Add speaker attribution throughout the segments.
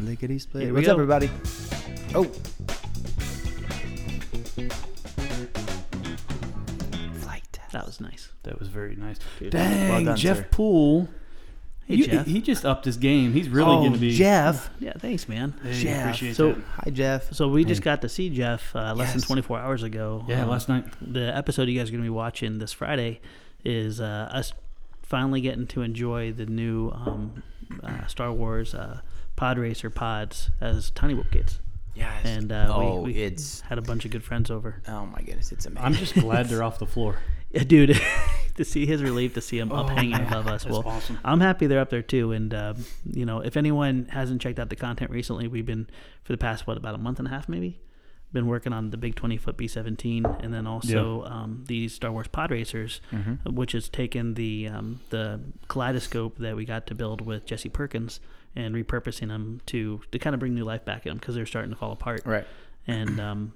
Speaker 1: Lickety split.
Speaker 2: Here we
Speaker 1: What's
Speaker 2: go.
Speaker 1: up, everybody? Oh. Flight test.
Speaker 2: That was nice.
Speaker 3: That was very nice.
Speaker 2: Good.
Speaker 3: Dang,
Speaker 1: Well done,
Speaker 3: Jeff
Speaker 1: sir.
Speaker 3: Poole.
Speaker 2: Hey,
Speaker 3: You-
Speaker 2: Jeff.
Speaker 3: He just upped his game. He's really
Speaker 1: oh,
Speaker 3: going to be.
Speaker 1: Jeff.
Speaker 2: Yeah, thanks, man.
Speaker 3: Hey,
Speaker 1: Jeff.
Speaker 3: Appreciate
Speaker 2: So-
Speaker 3: that.
Speaker 1: Hi, Jeff.
Speaker 2: So we just got to see Jeff uh, less than
Speaker 1: Yes.
Speaker 2: 24 hours ago.
Speaker 3: Yeah,
Speaker 2: Um,
Speaker 3: last night.
Speaker 2: the episode you guys are going to be watching this Friday is uh, us finally getting to enjoy the new um, uh, Star Wars uh, pod racer pods as Tiny Whoop kids.
Speaker 1: Yes.
Speaker 2: And uh,
Speaker 1: oh,
Speaker 2: we, we
Speaker 1: it's
Speaker 2: had a bunch of good friends over.
Speaker 1: oh my goodness, it's amazing.
Speaker 3: I'm just glad they're off the floor.
Speaker 2: Yeah, dude, to see his relief, to see him up hanging above us. Well,
Speaker 3: Oh, awesome.
Speaker 2: I'm happy they're up there too. And, um, you know, if anyone hasn't checked out the content recently, we've been, for the past, what, about a month and a half maybe? Been working on the big 20 foot B 17 and then also um, the Star Wars Pod Racers,
Speaker 1: Mm-hmm.
Speaker 2: which has taken the, um, the kaleidoscope that we got to build with Jesse Perkins and repurposing them to, to kind of bring new life back in them because they're starting to fall apart
Speaker 1: right.
Speaker 2: and um,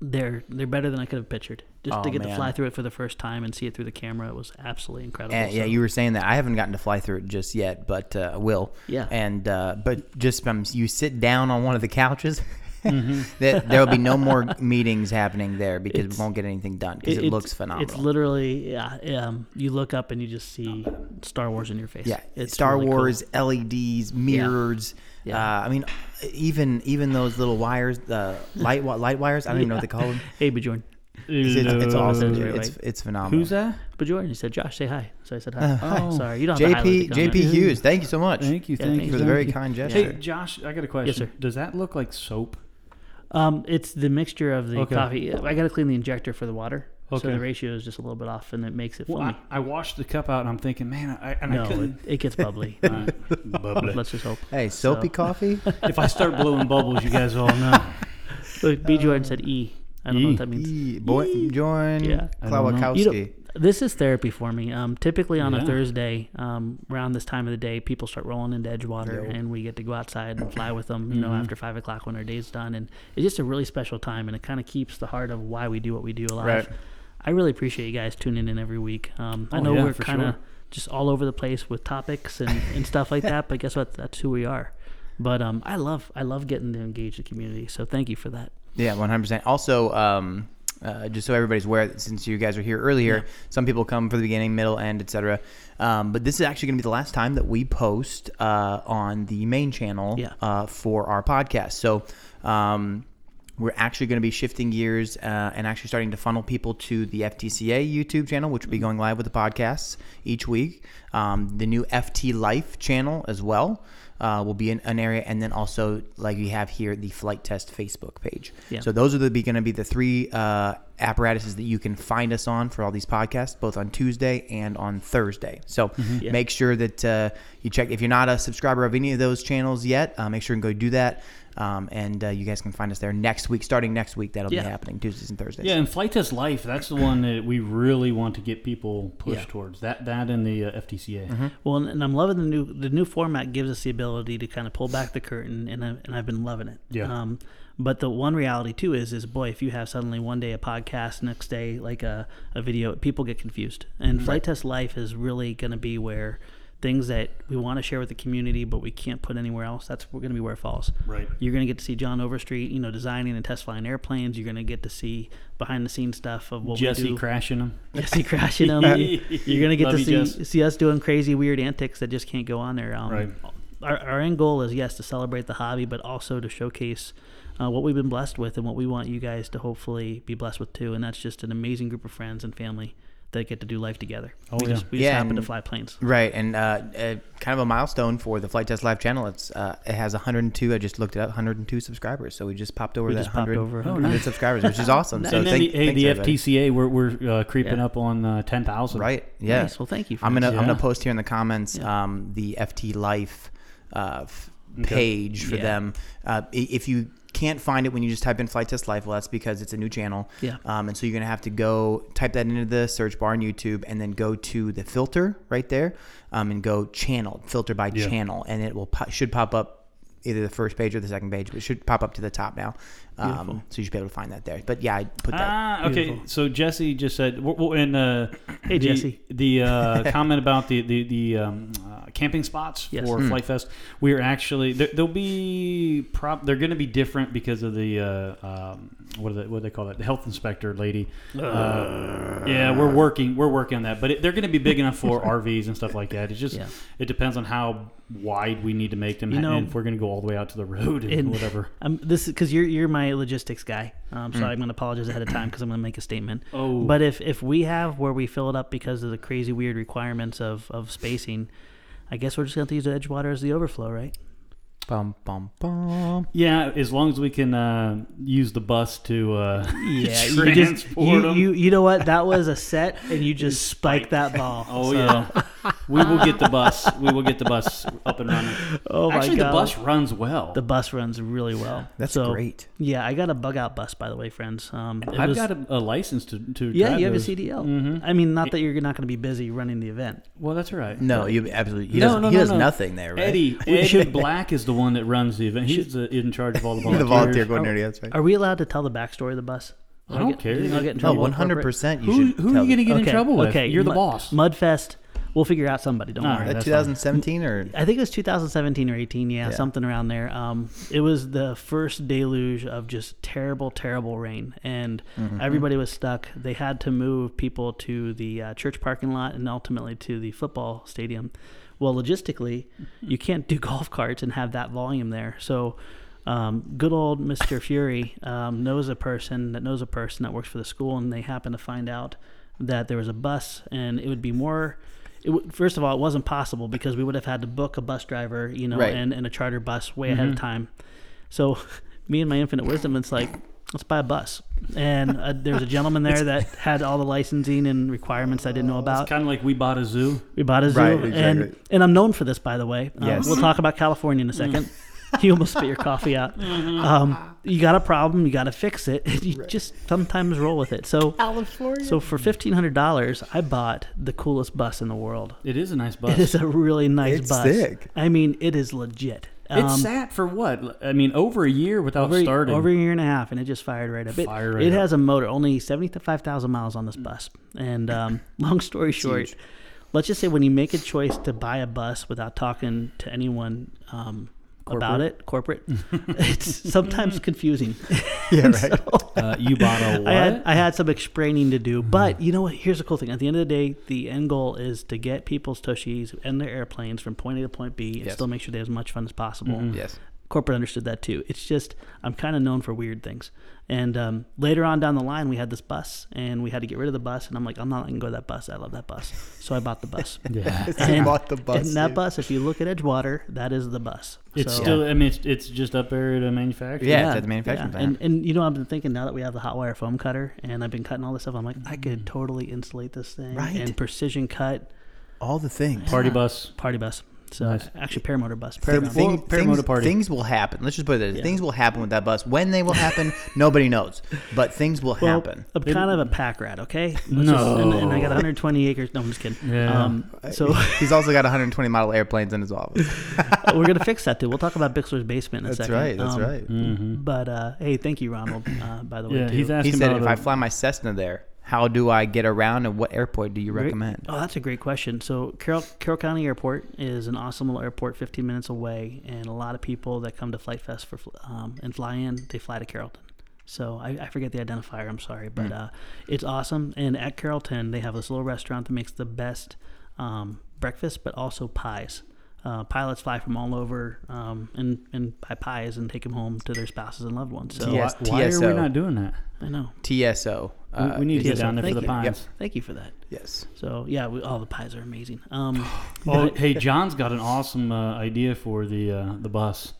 Speaker 2: they're they're better than I could have pictured. Just to
Speaker 1: Oh,
Speaker 2: get to
Speaker 1: man.
Speaker 2: fly through it for the first time and see it through the camera was absolutely incredible.
Speaker 1: And, Eh, yeah,
Speaker 2: So-
Speaker 1: you were saying that I haven't gotten to fly through it just yet, but uh, I will.
Speaker 2: Yeah.
Speaker 1: And uh, but just from you sit down on one of the couches, Mm-hmm. that there will be no more meetings happening there because
Speaker 2: It's-
Speaker 1: we won't get anything done because it,
Speaker 2: it's-
Speaker 1: looks phenomenal.
Speaker 2: It's literally yeah. Um, you look up and you just see Star Wars in your face.
Speaker 1: yeah,
Speaker 2: it's
Speaker 1: Star
Speaker 2: really cool.
Speaker 1: Wars LEDs, mirrors.
Speaker 2: Yeah.
Speaker 1: Uh, I mean, even even those little wires, the light wa- light wires. I don't even know what they call them.
Speaker 2: Hey, Bajorn,
Speaker 1: It's, it's, it's awesome. Um,
Speaker 2: That's right,
Speaker 1: It's,
Speaker 2: right.
Speaker 1: it's phenomenal.
Speaker 3: Who's that?
Speaker 2: Bajorn, he said, Josh, say hi. So I said hi.
Speaker 1: Uh,
Speaker 3: Oh.
Speaker 2: Sorry, you don't have to highlight
Speaker 1: JP
Speaker 2: the comment.
Speaker 1: JP Hughes. Thank you so much.
Speaker 3: Thank you.
Speaker 2: Yeah,
Speaker 3: thank
Speaker 2: thank
Speaker 3: you
Speaker 1: for the
Speaker 3: thank
Speaker 1: very
Speaker 3: you.
Speaker 1: kind gesture.
Speaker 3: Hey, Josh, I got a question.
Speaker 2: sir.
Speaker 3: Does that look like soap?
Speaker 2: Um, it's the mixture of the
Speaker 3: Okay.
Speaker 2: coffee. I got to clean the injector for the water, so
Speaker 3: Okay.
Speaker 2: the ratio is just a little bit off, and it makes it
Speaker 3: Well,
Speaker 2: foamy.
Speaker 3: I, I washed the cup out, and I'm thinking, man, I, and I
Speaker 2: no, it,
Speaker 3: couldn't.
Speaker 2: it gets bubbly.
Speaker 3: All right. Bubbly.
Speaker 2: Let's just hope.
Speaker 1: Hey, soapy
Speaker 2: So-
Speaker 1: coffee.
Speaker 3: if I start blowing bubbles, you guys all know.
Speaker 2: Look, B. Jordan said E. I don't know
Speaker 3: E.
Speaker 2: what that means.
Speaker 1: E, boy, join
Speaker 2: Yeah.
Speaker 3: I don't know.
Speaker 2: You
Speaker 1: Klawakowski.
Speaker 2: don't- this is therapy for me. Um, typically on
Speaker 3: Yeah.
Speaker 2: a Thursday, um, around this time of the day, people start rolling into Edgewater,
Speaker 1: Yep.
Speaker 2: and we get to go outside and fly with them. You
Speaker 3: Mm-hmm.
Speaker 2: know, after five o'clock when our day's done, and it's just a really special time, and it kind of keeps the heart of why we do what we do alive.
Speaker 1: Right.
Speaker 2: I really appreciate you guys tuning in every week. Um, I
Speaker 3: Oh,
Speaker 2: know
Speaker 3: yeah,
Speaker 2: we're
Speaker 3: for
Speaker 2: kind of
Speaker 3: sure.
Speaker 2: just all over the place with topics and, and stuff like that, but guess what? That's who we are. But um, I love I love getting to engage the community. So thank you for that.
Speaker 1: Yeah, one hundred percent. Also, um, uh, just so everybody's aware, that since you guys are here earlier, some people come for the beginning, middle, end, etc. Um, but this is actually going to be the last time that we post uh, on the main channel
Speaker 2: Yeah.
Speaker 1: uh, for our podcast. So. Um, we're actually going to be shifting gears uh, and actually starting to funnel people to the FTCA YouTube channel, which will be going live with the podcasts each week. Um, the new FT Life channel as well uh, will be in an area, and then also like we have here the Flight Test Facebook page.
Speaker 2: Yeah.
Speaker 1: So those are the, be going to be the three uh, apparatuses that you can find us on for all these podcasts, both on Tuesday and on Thursday. So
Speaker 2: Mm-hmm. Yeah.
Speaker 1: make sure that uh, you check. If you're not a subscriber of any of those channels yet, uh, make sure and go do that. Um, and uh, you guys can find us there next week, starting next week. That'll
Speaker 2: Yeah.
Speaker 1: be happening Tuesdays and Thursdays.
Speaker 3: Yeah, and flight test life. That's the one that we really want to get people pushed
Speaker 2: Yeah.
Speaker 3: towards. That that and the uh, FTCA.
Speaker 1: Mm-hmm.
Speaker 2: Well, and- and I'm loving the new the new format gives us the ability to kind of pull back the curtain, and I, and I've been loving it.
Speaker 3: Yeah.
Speaker 2: Um, but the one reality too is is boy, if you have suddenly one day a podcast, next day like a a video, people get confused. And
Speaker 3: Mm-hmm.
Speaker 2: flight test life is really going to be where things that we want to share with the community, but we can't put anywhere else. That's going to be where it falls.
Speaker 3: Right.
Speaker 2: You're going to get to see John Overstreet, you know, designing and test flying airplanes. You're going to get to see behind the scenes stuff of what we
Speaker 3: Jesse
Speaker 2: do.
Speaker 3: crashing them.
Speaker 2: Jesse crashing them. You're gonna get
Speaker 3: Love
Speaker 2: to
Speaker 3: you,
Speaker 2: see
Speaker 3: Jess.
Speaker 2: see us doing crazy, weird antics that just can't go on there. Um,
Speaker 3: Right.
Speaker 2: Our, our end goal is yes to celebrate the hobby, but also to showcase uh, what we've been blessed with and what we want you guys to hopefully be blessed with too. And that's just an amazing group of friends and family that get to do life together.
Speaker 3: Oh,
Speaker 2: we
Speaker 3: yeah.
Speaker 2: just we
Speaker 1: Yeah,
Speaker 2: just happen to
Speaker 1: and-
Speaker 2: fly planes.
Speaker 1: Right, and uh, uh, kind of a milestone for the Flight Test Live channel. It's uh, it has 102. I just looked it up, 102 subscribers. So we just popped over
Speaker 2: We
Speaker 1: that
Speaker 2: just popped
Speaker 1: 100,
Speaker 2: over
Speaker 1: 100
Speaker 2: 100.
Speaker 1: subscribers, which is awesome. so
Speaker 3: and then
Speaker 1: thank,
Speaker 3: the, hey,
Speaker 1: thanks,
Speaker 3: the
Speaker 1: everybody.
Speaker 3: FTCA, we're, we're uh, creeping
Speaker 2: Yeah.
Speaker 3: up on uh, ten thousand.
Speaker 1: Right. Yeah.
Speaker 2: Nice. Well, thank you.
Speaker 1: I'm gonna
Speaker 2: friends.
Speaker 1: I'm
Speaker 3: Yeah.
Speaker 1: gonna post here in the comments
Speaker 2: Yeah.
Speaker 1: um, the FT Life uh, f-
Speaker 3: Okay.
Speaker 1: page for
Speaker 2: Yeah.
Speaker 1: them. Uh, i- if you can't find it when you just type in Flight Test Life, well, that's because it's a new channel.
Speaker 2: Yeah.
Speaker 1: Um, and so you're gonna have to go type that into the search bar on YouTube, and then go to the filter right there, um, and go channel filter by
Speaker 3: Yeah.
Speaker 1: channel, and it will po- should pop up either the first page or the second page, but it should pop up to the top now.
Speaker 2: Beautiful.
Speaker 1: Um, so you should be able to find that there. But yeah, I put that.
Speaker 3: Ah, okay.
Speaker 2: Beautiful.
Speaker 3: So Jesse just said, w- w- and uh,
Speaker 2: Hey,
Speaker 3: the-
Speaker 2: Jesse.
Speaker 3: the uh, comment about the the, the um, uh, camping spots
Speaker 2: Yes.
Speaker 3: for Flight Fest. We are actually there, there'll be prop. They're going to be different because of the uh, um, what do they what do they call that? The health inspector lady. Uh, yeah, we're working we're working on that, but it, they're going to be big enough for RVs and stuff like that. It's just
Speaker 2: Yeah.
Speaker 3: it depends on how wide we need to make them,
Speaker 2: You know-
Speaker 3: and if we're going to go all the way out to the road and,
Speaker 2: And-
Speaker 3: whatever.
Speaker 2: Um, this because you're you're my logistics guy, um, so I'm going to apologize ahead of time because I'm going to make a statement.
Speaker 3: Mm. Oh.
Speaker 2: but if if we have where we fill it up because of the crazy weird requirements of of spacing, I guess we're just going to use Edgewater as the overflow, right?
Speaker 1: Bum, bum, bum.
Speaker 3: Yeah, as long as we can uh, use the bus to uh,
Speaker 2: you
Speaker 3: transport
Speaker 2: just you,
Speaker 3: them.
Speaker 2: you you know what that was a set, and you just spiked that ball.
Speaker 3: Oh
Speaker 2: So-
Speaker 3: yeah, we will get the bus. We will get the bus up and running.
Speaker 2: Oh my
Speaker 3: Actually,
Speaker 2: god,
Speaker 3: the bus runs well.
Speaker 2: the bus runs really well.
Speaker 1: That's
Speaker 2: So,
Speaker 1: great.
Speaker 2: Yeah, I got a bug out bus by the way, friends. Um, it
Speaker 3: I've
Speaker 2: was-
Speaker 3: got a, Mm-hmm. a license to to.
Speaker 2: yeah,
Speaker 3: drive
Speaker 2: you have a
Speaker 3: those.
Speaker 2: CDL. I mean, not that you're not going to be busy running the event.
Speaker 3: Well, that's all right.
Speaker 1: No, you absolutely. He
Speaker 3: No,
Speaker 1: does,
Speaker 3: no,
Speaker 1: he
Speaker 3: no,
Speaker 1: does
Speaker 3: no.
Speaker 1: nothing there, right?
Speaker 3: Eddie, Eddie Black is the one that runs the event. He's the, in charge of all the volunteers.
Speaker 1: the volunteer coordinator. That's right.
Speaker 2: Are we allowed to tell the backstory of the bus?
Speaker 3: I don't care.
Speaker 2: I'll get in
Speaker 1: No,
Speaker 2: trouble.
Speaker 1: one
Speaker 2: with corporate?
Speaker 1: hundred percent.
Speaker 2: Oh,
Speaker 1: You
Speaker 3: Who,
Speaker 1: should.
Speaker 3: who are
Speaker 1: tell
Speaker 3: you going to
Speaker 1: them.
Speaker 3: get in
Speaker 2: Okay,
Speaker 3: trouble with?
Speaker 2: okay,
Speaker 3: You're the
Speaker 2: Mud-
Speaker 3: boss.
Speaker 2: Mudfest. We'll figure out somebody. Don't
Speaker 3: All
Speaker 2: worry.
Speaker 1: That
Speaker 3: right. That's fine.
Speaker 1: 2017 or
Speaker 2: I think it was 2017 or 18. Yeah,
Speaker 1: Yeah.
Speaker 2: something around there. Um, it was the first deluge of just terrible, terrible rain, and
Speaker 3: Mm-hmm.
Speaker 2: everybody was stuck. They had to move people to the uh, church parking lot and ultimately to the football stadium. Well, logistically,
Speaker 3: Mm-hmm.
Speaker 2: you can't do golf carts and have that volume there. So, um, good old Mr. Fury um, knows a person that knows a person that works for the school, and they happen to find out that there was a bus, and it would be more. It w- first of all, it wasn't possible because we would have had to book a bus driver, you know,
Speaker 1: Right.
Speaker 2: and, and a charter bus way ahead of time. So, me and my infinite wisdom, it's like let's buy a bus. And uh, there was a gentleman there that had all the licensing and requirements I didn't know about.
Speaker 3: It's kind of like we bought a zoo.
Speaker 2: We bought a zoo,
Speaker 1: Right, exactly.
Speaker 2: and and I'm known for this, by the way. Um,
Speaker 1: Yes. Mm.
Speaker 2: we'll talk about California in a second. you almost spit your coffee out.
Speaker 1: Mm-hmm.
Speaker 2: Um, you got a problem, you got to fix it. you just sometimes roll with it. So, so for fifteen hundred dollars, I bought the coolest bus in the world.
Speaker 3: It is a nice bus.
Speaker 2: It is a really nice
Speaker 1: It's
Speaker 2: bus.
Speaker 1: sick.
Speaker 2: I mean, it is legit.
Speaker 3: It
Speaker 2: Um,
Speaker 3: sat for what? I mean, over a year without
Speaker 2: over,
Speaker 3: starting.
Speaker 2: over a year and a half, and it just fired right up. It,
Speaker 3: Fired right
Speaker 2: it
Speaker 3: up. Mm.
Speaker 2: has a motor, only seventy to five thousand miles on this bus. And um, long story short, let's just say when you make a choice to buy a bus without talking to anyone um, about it, corporate, it's sometimes confusing.
Speaker 1: yeah, right.
Speaker 3: uh, you bought a what? Hmm.
Speaker 2: I had I had some explaining to do, but you know what? Here's the cool thing. At the end of the day, the end goal is to get people's tushies and their airplanes from point A to point B, and
Speaker 1: Yes.
Speaker 2: still make sure they have as much fun as possible
Speaker 3: Mm-hmm.
Speaker 1: yes.
Speaker 2: corporate understood that too. It's just I'm kind of known for weird things. And um, later on down the line, we had this bus, and we had to get rid of the bus. And I'm like, I'm not letting go of that bus. I love that bus, so I bought the bus.
Speaker 3: yeah.
Speaker 2: And,
Speaker 1: bought the bus,
Speaker 2: and that
Speaker 1: dude.
Speaker 2: bus, if you look at Edgewater, that is the bus.
Speaker 3: It's
Speaker 2: So-
Speaker 3: still. I mean, it's, it's just up there at a manufacturer.
Speaker 1: Yeah, it's at the manufacturing
Speaker 2: yeah.
Speaker 1: plant.
Speaker 2: And, and you know, I've been thinking now that we have the hot wire foam cutter, and I've been cutting all this stuff. I'm like, I could totally insulate this thing
Speaker 1: Mm. Right.
Speaker 2: and precision cut
Speaker 1: All the things.
Speaker 3: Party bus.
Speaker 2: party bus. So
Speaker 3: Nice.
Speaker 2: actually, paramotor bus.
Speaker 1: Thing-
Speaker 2: Paramotor.
Speaker 1: thing-
Speaker 3: Paramotor
Speaker 1: things,
Speaker 3: party.
Speaker 1: things will happen. Let's just put it there. Things will happen with that bus. When they will happen, nobody knows. But things will
Speaker 2: Well,
Speaker 1: happen.
Speaker 2: I'm kind of a pack rat, okay? Let's
Speaker 3: No.
Speaker 2: just- and, and I got 120 acres. No, I'm just kidding.
Speaker 3: Yeah.
Speaker 2: Um, so
Speaker 1: He's also got 120 model airplanes in his office.
Speaker 2: we're gonna fix that too. We'll talk about Bixler's basement in a
Speaker 1: That's
Speaker 2: second.
Speaker 1: right. That's
Speaker 2: Um,
Speaker 1: right.
Speaker 3: mm.
Speaker 2: But uh, hey, thank you, Ronald. Uh, by the way,
Speaker 3: Yeah,
Speaker 2: too.
Speaker 3: he's asking
Speaker 1: He said,
Speaker 3: about
Speaker 1: if
Speaker 3: a-
Speaker 1: I fly my Cessna there, how do I get around and what airport do you
Speaker 2: Great-
Speaker 1: recommend?
Speaker 2: Oh, that's a great question. So Carroll, Carroll County Airport is an awesome little airport, 15 minutes away, and a lot of people that come to Flight Fest for fl- um, and fly in, they fly to Carrollton. So I, I forget the identifier. I'm sorry, but uh, it's awesome. And at Carrollton, they have this little restaurant that makes the best um, breakfast, but also pies. Uh, pilots fly from all over um, and and buy pies and take them home to their spouses and loved ones. So
Speaker 1: Yes,
Speaker 3: why, why are
Speaker 1: TSO.
Speaker 3: we not doing that?
Speaker 2: I know.
Speaker 1: TSO.
Speaker 3: We-
Speaker 1: uh,
Speaker 3: we need to get
Speaker 1: is-
Speaker 2: TSO,
Speaker 3: down there for
Speaker 2: thank
Speaker 3: the
Speaker 2: you.
Speaker 3: pines.
Speaker 2: Thank you for that.
Speaker 1: Yes.
Speaker 2: So yeah, we, all the pies are amazing. Um,
Speaker 3: Oh, hey, John's got an awesome uh, idea for the uh, the bus.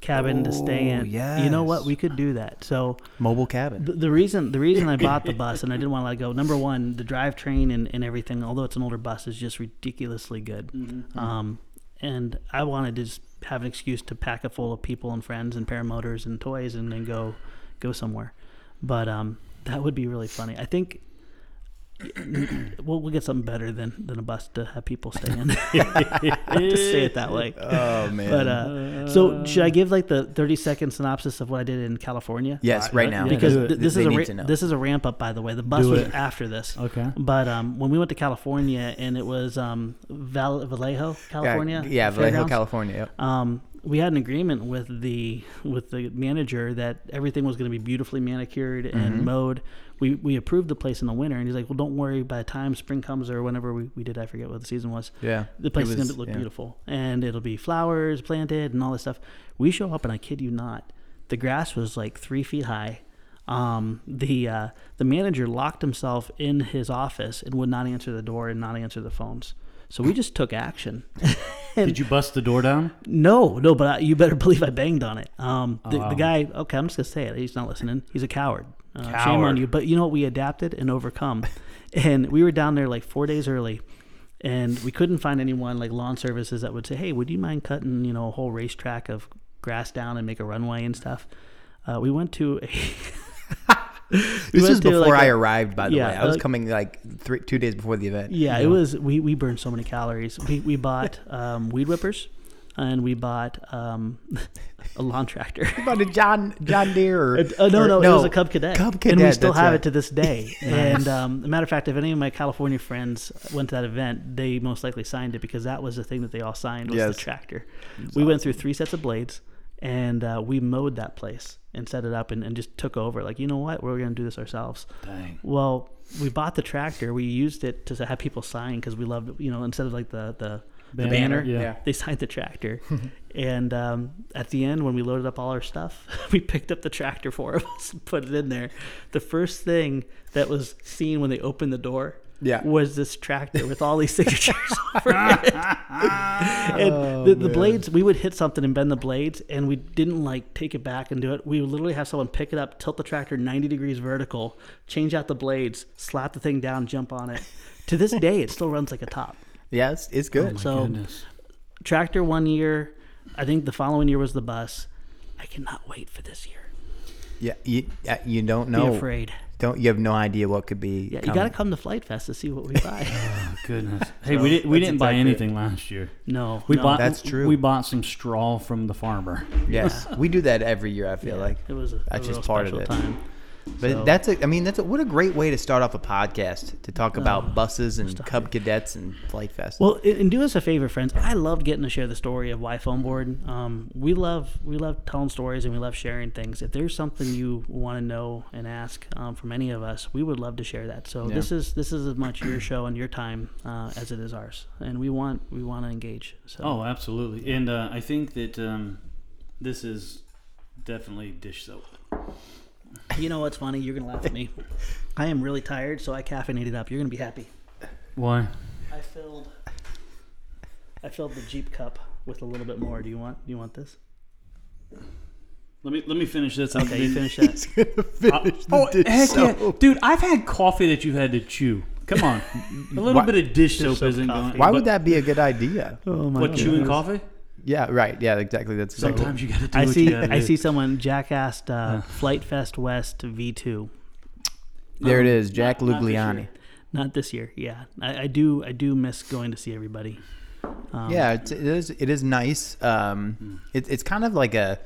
Speaker 2: cabin to stay
Speaker 1: Oh,
Speaker 2: in. You know what?
Speaker 1: yes.
Speaker 2: We could do that. So
Speaker 1: Mobile cabin.
Speaker 2: the, the reason the reason I bought the bus and I didn't want to let go. Number one, the drivetrain and, and everything, although it's an older bus, is just ridiculously good.
Speaker 1: Mm-hmm.
Speaker 2: Um, and I wanted to just have an excuse to pack it full of people and friends and paramotors and toys and then go go somewhere. But um, that would be really funny. I think we'll, we'll get something better than, than a bus to have people stay in. to say it that way.
Speaker 1: Oh man.
Speaker 2: But uh, so should I give like the 30 second synopsis of what I did in California?
Speaker 1: yes, right now.
Speaker 3: Yeah,
Speaker 2: Because
Speaker 3: do it.
Speaker 2: th- this
Speaker 1: They
Speaker 2: is a
Speaker 1: need
Speaker 2: ra-
Speaker 1: to know.
Speaker 2: this is a ramp up by the way. The bus
Speaker 3: Do
Speaker 2: was
Speaker 3: it.
Speaker 2: after this.
Speaker 3: Okay.
Speaker 2: But um, when we went to California and it was um, Val- Vallejo, California.
Speaker 1: Yeah, yeah Vallejo,
Speaker 2: Fairgrounds,
Speaker 1: California. Yep.
Speaker 2: um, we had an agreement with the with the manager that everything was going to be beautifully manicured and
Speaker 1: Mm-hmm.
Speaker 2: mowed. We we approved the place in the winter, and he's like, "Well, don't worry. By the time spring comes or whenever we, we did, I forget what the season was.
Speaker 1: Yeah,
Speaker 2: the
Speaker 1: it
Speaker 2: place
Speaker 1: was-
Speaker 2: is going to look
Speaker 1: yeah.
Speaker 2: beautiful, and it'll be flowers planted and all this stuff." We show up, and I kid you not, the grass was like three feet high. Um, the uh, the manager locked himself in his office and would not answer the door and not answer the phones. So we just took action.
Speaker 3: Did you bust the door down?
Speaker 2: No, no, but I, you better believe I banged on it. Um, the,
Speaker 3: Oh, Wow.
Speaker 2: the guy, okay, I'm just gonna say it. He's not listening. He's a coward. Uh, Shame
Speaker 3: Coward.
Speaker 2: on you. But you know what? We adapted and overcome. and we were down there like four days early, and we couldn't find anyone like lawn services that would say, "Hey, would you mind cutting you know a whole racetrack of grass down and make a runway and stuff?" Uh, we went to a.
Speaker 1: This is before I arrived, by the
Speaker 2: Yeah,
Speaker 1: way. I was
Speaker 2: like-
Speaker 1: coming like three, two days before the event.
Speaker 2: Yeah, it was. We, we burned so many calories. We, we bought um, weed whippers, and we bought um, a lawn tractor.
Speaker 1: About a John John Deere. Or,
Speaker 2: Uh, no,
Speaker 1: or-
Speaker 2: no, it was a Cub Cadet.
Speaker 1: Cub
Speaker 2: And we
Speaker 1: Cadet,
Speaker 2: still
Speaker 1: that's
Speaker 2: have
Speaker 1: right.
Speaker 2: it to this day. And um, a matter of fact, if any of my California friends went to that event, they most likely signed it because that was the thing that they all signed was
Speaker 1: Yes.
Speaker 2: the tractor. We went through three sets of blades and uh, we mowed that place and set it up and, and just took over. Like, you know what? We're going to do this ourselves.
Speaker 3: Dang.
Speaker 2: Well, we bought the tractor. We used it to have people sign because we loved, it, you know, instead of like the, the, the
Speaker 3: Banner,
Speaker 2: banner,
Speaker 3: yeah.
Speaker 1: Yeah.
Speaker 2: they signed the tractor. and um, at the end, when we loaded up all our stuff, we picked up the tractor, four of us, and put it in there. The first thing that was seen when they opened the door
Speaker 1: Yeah.
Speaker 2: was this tractor with all these signatures over it. and the, the blades, we would hit something and bend the blades, and we didn't like take it back and do it. We would literally have someone pick it up, tilt the tractor 90 degrees vertical, change out the blades, slap the thing down, jump on it. to this day, it still runs like a top.
Speaker 1: Yeah, it's, it's good.
Speaker 2: So
Speaker 3: Goodness.
Speaker 2: tractor one year, I think the following year was the bus. I cannot wait for this year.
Speaker 1: yeah, you, uh, you don't
Speaker 2: Be
Speaker 1: know.
Speaker 2: afraid.
Speaker 1: Don't you have no idea what could be.
Speaker 2: Yeah, you
Speaker 1: coming.
Speaker 2: got to come to Flight Fest to see what we buy.
Speaker 3: Oh, goodness. Hey, we didn't we
Speaker 1: that's
Speaker 3: didn't buy
Speaker 1: exactly it.
Speaker 3: anything last year.
Speaker 2: no,
Speaker 3: We
Speaker 2: no.
Speaker 3: bought
Speaker 1: That's true.
Speaker 3: We bought some straw from the farmer.
Speaker 1: Yes, we do that every year. I feel like
Speaker 2: it was a, a
Speaker 1: that's
Speaker 2: real
Speaker 1: just part of
Speaker 2: special
Speaker 1: it.
Speaker 2: time.
Speaker 1: But
Speaker 2: So-
Speaker 1: that's a. I mean, that's a, what a great way to start off a podcast to
Speaker 2: Oh,
Speaker 1: talk about buses and Cub Cadets and Flight Fest.
Speaker 2: Well, and and do us a favor, friends. I loved getting to share the story of why foam board. Um, we love we love telling stories and we love sharing things. If there's something you want to know and ask um, from any of us, we would love to share that. So this is this is as much your show and your time uh, as it is ours, and we want we want to engage. So
Speaker 3: Oh, absolutely. And uh, I think that um, this is definitely dish soap.
Speaker 2: you know what's funny? You're gonna laugh at me. I am really tired, so I caffeinated up. You're gonna be happy.
Speaker 3: Why?
Speaker 2: I filled I filled the Jeep cup with a little bit more. Do you want do you want this?
Speaker 3: Let me let me finish this. I'm-
Speaker 2: Okay, you finish that.
Speaker 3: Oh,
Speaker 1: dish
Speaker 3: heck yeah.
Speaker 1: soap.
Speaker 3: dude! I've had coffee that you've had to chew. Come on, a little
Speaker 1: Why-
Speaker 3: bit of dish soap
Speaker 2: soap
Speaker 3: isn't going.
Speaker 2: coffee.
Speaker 1: Why
Speaker 3: but-
Speaker 1: would that be a good idea?
Speaker 2: Oh my
Speaker 3: What chewing coffee?
Speaker 1: Yeah, right. Yeah, exactly. That's exactly.
Speaker 3: Sometimes you gotta do
Speaker 2: I
Speaker 3: what
Speaker 2: see.
Speaker 3: you gotta
Speaker 2: I
Speaker 3: do.
Speaker 2: see someone. Jack asked uh, Flight Fest West V two.
Speaker 1: There it is, Jack
Speaker 3: not this
Speaker 1: Lugliani.
Speaker 3: year.
Speaker 2: Not this year. Yeah, I, I do. I do miss going to see everybody. Um,
Speaker 1: yeah, it's, it is. It is nice.
Speaker 3: hmm.
Speaker 1: Um, it, it's kind of like a.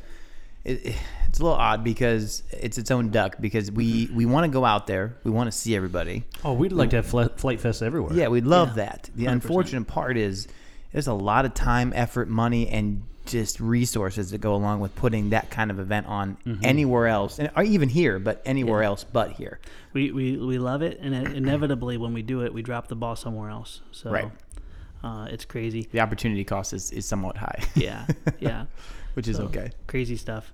Speaker 1: It, it's a little odd because it's its own duck because we
Speaker 3: Mm-hmm.
Speaker 1: we want to go out there, we want to see everybody.
Speaker 3: Oh, we'd like to have fl- flight fests everywhere.
Speaker 1: Yeah, we love that. The unfortunate part is there's a lot of time, effort, money, and just resources that go along with putting that kind of event on
Speaker 3: Mm-hmm.
Speaker 1: anywhere else, and or even here, but anywhere else but here.
Speaker 2: we, we we love it, and it, inevitably when we do it, we drop the ball somewhere else. So,
Speaker 1: Right.
Speaker 2: uh, it's crazy.
Speaker 1: The opportunity cost is, is somewhat high,
Speaker 2: Yeah, yeah,
Speaker 1: which is okay.
Speaker 2: crazy stuff.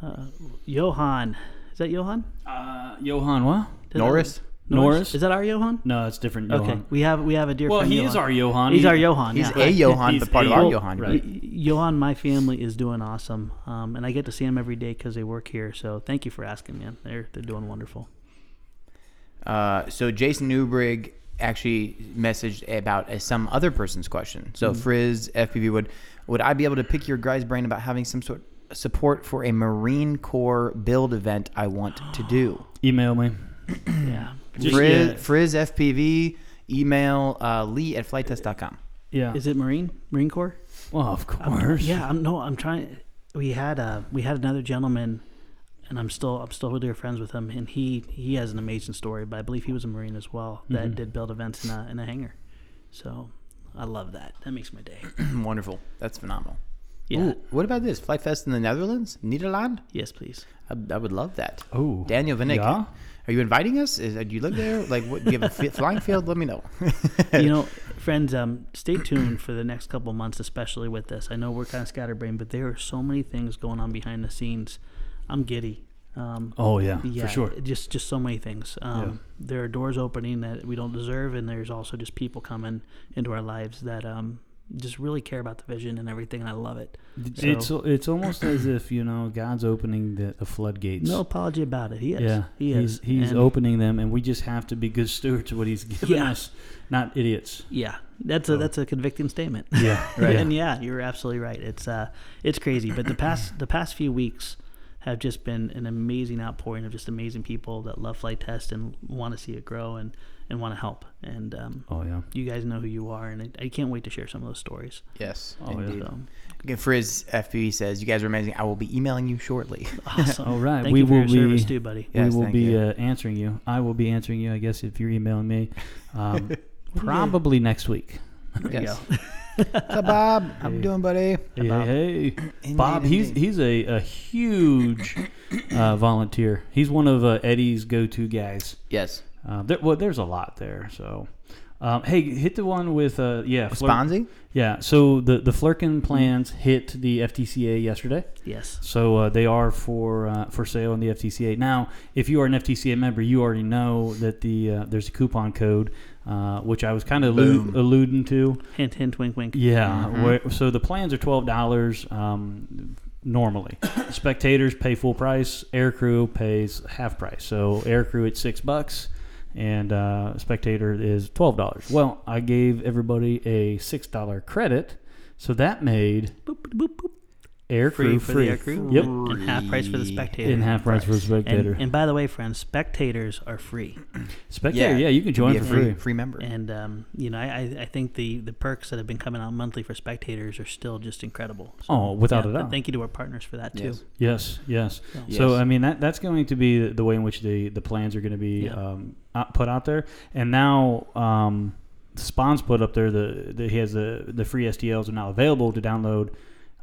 Speaker 2: Uh, Johan, is that Johan?
Speaker 3: Uh, Johan, what?
Speaker 2: Did I-
Speaker 1: Norris,
Speaker 3: Norris?
Speaker 2: Is that our Johan?
Speaker 3: No, it's different.
Speaker 2: Okay,
Speaker 3: Johan.
Speaker 2: we have we have a dear.
Speaker 3: Well,
Speaker 2: friend,
Speaker 3: he is
Speaker 2: Johan.
Speaker 3: our Johan.
Speaker 2: He's
Speaker 3: He-
Speaker 2: our Johan.
Speaker 1: he's
Speaker 2: yeah.
Speaker 1: a Johan,
Speaker 3: He's
Speaker 1: but part
Speaker 3: a-
Speaker 1: of our
Speaker 3: Well,
Speaker 1: Johan.
Speaker 3: right.
Speaker 2: Y- Johan, my family is doing awesome, um, and I get to see them every day because they work here. So thank you for asking, man. They're they're doing wonderful.
Speaker 1: Uh, so Jason Newbrig actually messaged about uh, some other person's question. So Frizz FPV would would I be able to pick your guys' brain about having some sort support for a Marine Corps build event I want to do?
Speaker 3: Email me.
Speaker 2: yeah,
Speaker 3: Just-
Speaker 1: Frizz,
Speaker 3: yeah.
Speaker 1: Frizz FPV. Email uh, Lee at flighttest.com.
Speaker 3: Yeah.
Speaker 2: Is it Marine Marine Corps?
Speaker 3: well, of
Speaker 2: I'm-
Speaker 3: course.
Speaker 2: yeah, I'm no, I'm trying. We had uh, we had another gentleman, and I'm still I'm still really good friends with him, and he he has an amazing story. But I believe he was a Marine as well that
Speaker 3: Mhm.
Speaker 2: did build events in a in a hangar. So I love that. That makes my day.
Speaker 1: Wonderful. That's phenomenal.
Speaker 2: Yeah.
Speaker 1: Ooh, what about this? Flight Fest in the Netherlands? Nederland?
Speaker 2: Yes, please.
Speaker 1: I, I would love that.
Speaker 3: Oh.
Speaker 1: Daniel Vanek,
Speaker 3: Yeah.
Speaker 1: are you inviting us? Is, uh, do you live there? Like, what, do you have a fi- flying field? Let me know.
Speaker 2: you know, friends, um, stay tuned for the next couple months, especially with this. I know we're kind of scatterbrained, but there are so many things going on behind the scenes. I'm giddy. Um,
Speaker 3: Oh yeah,
Speaker 2: yeah,
Speaker 3: for sure.
Speaker 2: Just just so many things. Um, There are doors opening that we don't deserve, and there's also just people coming into our lives that um, just really care about the vision and everything, and I love it. So-
Speaker 3: It's it's almost as if you know God's opening the, the floodgates.
Speaker 2: No apology about it. He is.
Speaker 3: Yeah,
Speaker 2: he is.
Speaker 3: He's, he's
Speaker 2: And-
Speaker 3: opening them, and we just have to be good stewards of what he's given
Speaker 2: Yeah.
Speaker 3: us, not idiots.
Speaker 2: Yeah, that's a that's a convicting statement.
Speaker 3: Yeah,
Speaker 1: Right.
Speaker 2: and yeah, you're absolutely right. It's uh, it's crazy. But the past the past few weeks have just been an amazing outpouring of just amazing people that love flight test and want to see it grow and and want to help. And um,
Speaker 3: Oh yeah.
Speaker 2: you guys know who you are, and I, I can't wait to share some of those stories.
Speaker 1: yes,
Speaker 3: Oh, yeah.
Speaker 1: indeed.
Speaker 2: So,
Speaker 1: Okay, Frizz FPV says, "You guys are amazing. I will be emailing you shortly."
Speaker 2: awesome.
Speaker 3: All right,
Speaker 2: Thank
Speaker 3: we
Speaker 2: you for
Speaker 3: will
Speaker 2: your service
Speaker 3: be-
Speaker 2: too, buddy.
Speaker 1: Yes,
Speaker 3: we will
Speaker 1: thank
Speaker 3: be
Speaker 1: you.
Speaker 3: Uh, answering you. I will be answering you. I guess if you're emailing me, um,
Speaker 2: you-
Speaker 3: probably next week.
Speaker 2: There
Speaker 1: Yes.
Speaker 2: you go.
Speaker 1: What's up, Bob? How you
Speaker 3: Hey.
Speaker 1: doing, buddy?
Speaker 3: Hey,
Speaker 2: Bob.
Speaker 3: hey, hey.
Speaker 1: Indeed,
Speaker 3: Bob. He's
Speaker 1: indeed.
Speaker 3: he's a, a huge uh, volunteer. He's one of uh, Eddie's go-to guys.
Speaker 1: Yes,
Speaker 3: Um, there, well, there's a lot there. So, um, hey, hit the one with uh, yeah, Fleur-
Speaker 1: Sponzi.
Speaker 3: Yeah. So the the Flurkin plans hit the FTCA yesterday.
Speaker 2: Yes.
Speaker 3: So uh, they are for uh, for sale in the FTCA. Now, if you are an FTCA member, you already know that the uh, there's a coupon code, uh, which I was kind of
Speaker 1: Boom.
Speaker 3: allu- alluding to.
Speaker 2: Hint, hint, wink, wink.
Speaker 3: Yeah.
Speaker 1: Mhm.
Speaker 3: where- so the plans are twelve dollars um, normally. Spectators pay full price. Aircrew pays half price. So aircrew it's six bucks, and uh, spectator is twelve dollars. Well, I gave everybody a six dollar credit, so that made
Speaker 2: Boop, boop, boop.
Speaker 3: aircrew
Speaker 2: Free
Speaker 3: free.
Speaker 2: for the aircrew.
Speaker 3: Yep.
Speaker 2: And half price for the
Speaker 1: Free.
Speaker 2: spectator.
Speaker 3: In half price for the
Speaker 2: And,
Speaker 3: spectator.
Speaker 2: and by the way, friends, spectators are free.
Speaker 3: spectator, yeah, you can join
Speaker 1: be a
Speaker 3: for free.
Speaker 1: Free member.
Speaker 2: And um, you know, I, I- I think the, the perks that have been coming out monthly for spectators are still just incredible. So,
Speaker 3: Oh, without
Speaker 2: yeah,
Speaker 3: a
Speaker 2: but
Speaker 3: doubt.
Speaker 2: Thank you to our partners for that too.
Speaker 1: Yes.
Speaker 3: Yes, yes.
Speaker 2: So,
Speaker 1: Yeah.
Speaker 3: So
Speaker 1: Yes.
Speaker 3: I mean that that's going to be the way in which the the plans are going to be
Speaker 2: Yeah.
Speaker 3: um, out, put out there. And now um, Spawns put up there the, the he has the the free STLs are now available to download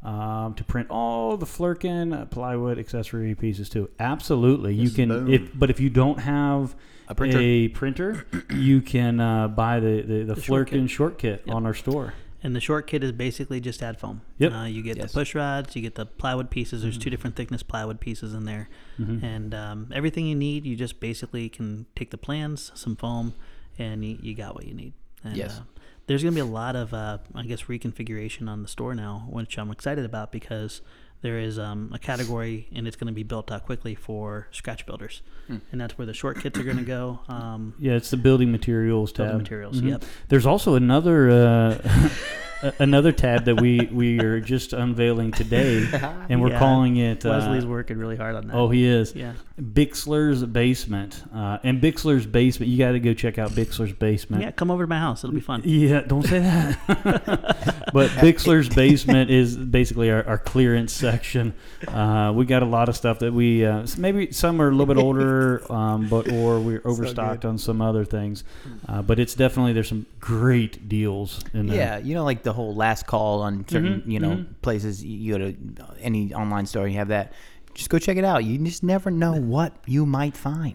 Speaker 3: um, to print all the Flurkin uh, plywood accessory pieces too. Absolutely, you
Speaker 1: Yes, boom.
Speaker 3: can. If, but if you don't have
Speaker 1: a printer.
Speaker 3: a printer, you can uh, buy the the, the,
Speaker 2: The short
Speaker 3: Flurkin
Speaker 2: kit.
Speaker 3: short kit
Speaker 2: Yep.
Speaker 3: on our store.
Speaker 2: And the short kit is basically just add foam.
Speaker 3: Yep. Mm-hmm.
Speaker 2: Uh, you get
Speaker 1: Yes.
Speaker 2: the push rods, you get the plywood pieces. There's two different thickness plywood pieces in there, and um, everything you need. You just basically can take the plans, some foam, and you, you got what you need. And,
Speaker 1: Yes.
Speaker 2: uh, there's going to be a lot of, uh, I guess, reconfiguration on the store now, which I'm excited about because there is um, a category and it's going to be built out quickly for scratch builders,
Speaker 1: Hmm.
Speaker 2: and that's where the short kits are going to go. Um,
Speaker 3: Yeah, it's the building materials tab.
Speaker 2: Building materials,
Speaker 3: Mhm.
Speaker 2: yep.
Speaker 3: There's also another uh, a- another tab that we we are just unveiling today, and we're
Speaker 2: Yeah.
Speaker 3: calling it. Uh,
Speaker 2: Leslie's working really hard on that.
Speaker 3: Oh, he is.
Speaker 2: yeah.
Speaker 3: Bixler's basement, uh, and Bixler's basement. You got to go check out Bixler's basement.
Speaker 2: Yeah, come over to my house. It'll be fun.
Speaker 3: Yeah, don't say that. but Bixler's basement is basically our, our clearance section. Uh, we got a lot of stuff that we uh, s- maybe some are a little bit older, um, but or we're overstocked on some other things. Uh, but it's definitely there's some great deals in there.
Speaker 1: Yeah, you know, like the whole last call on certain,
Speaker 3: Mhm,
Speaker 1: you know,
Speaker 3: mhm.
Speaker 1: places. You you go to any online store, you have that. Just go check it out. You just never know what you might find.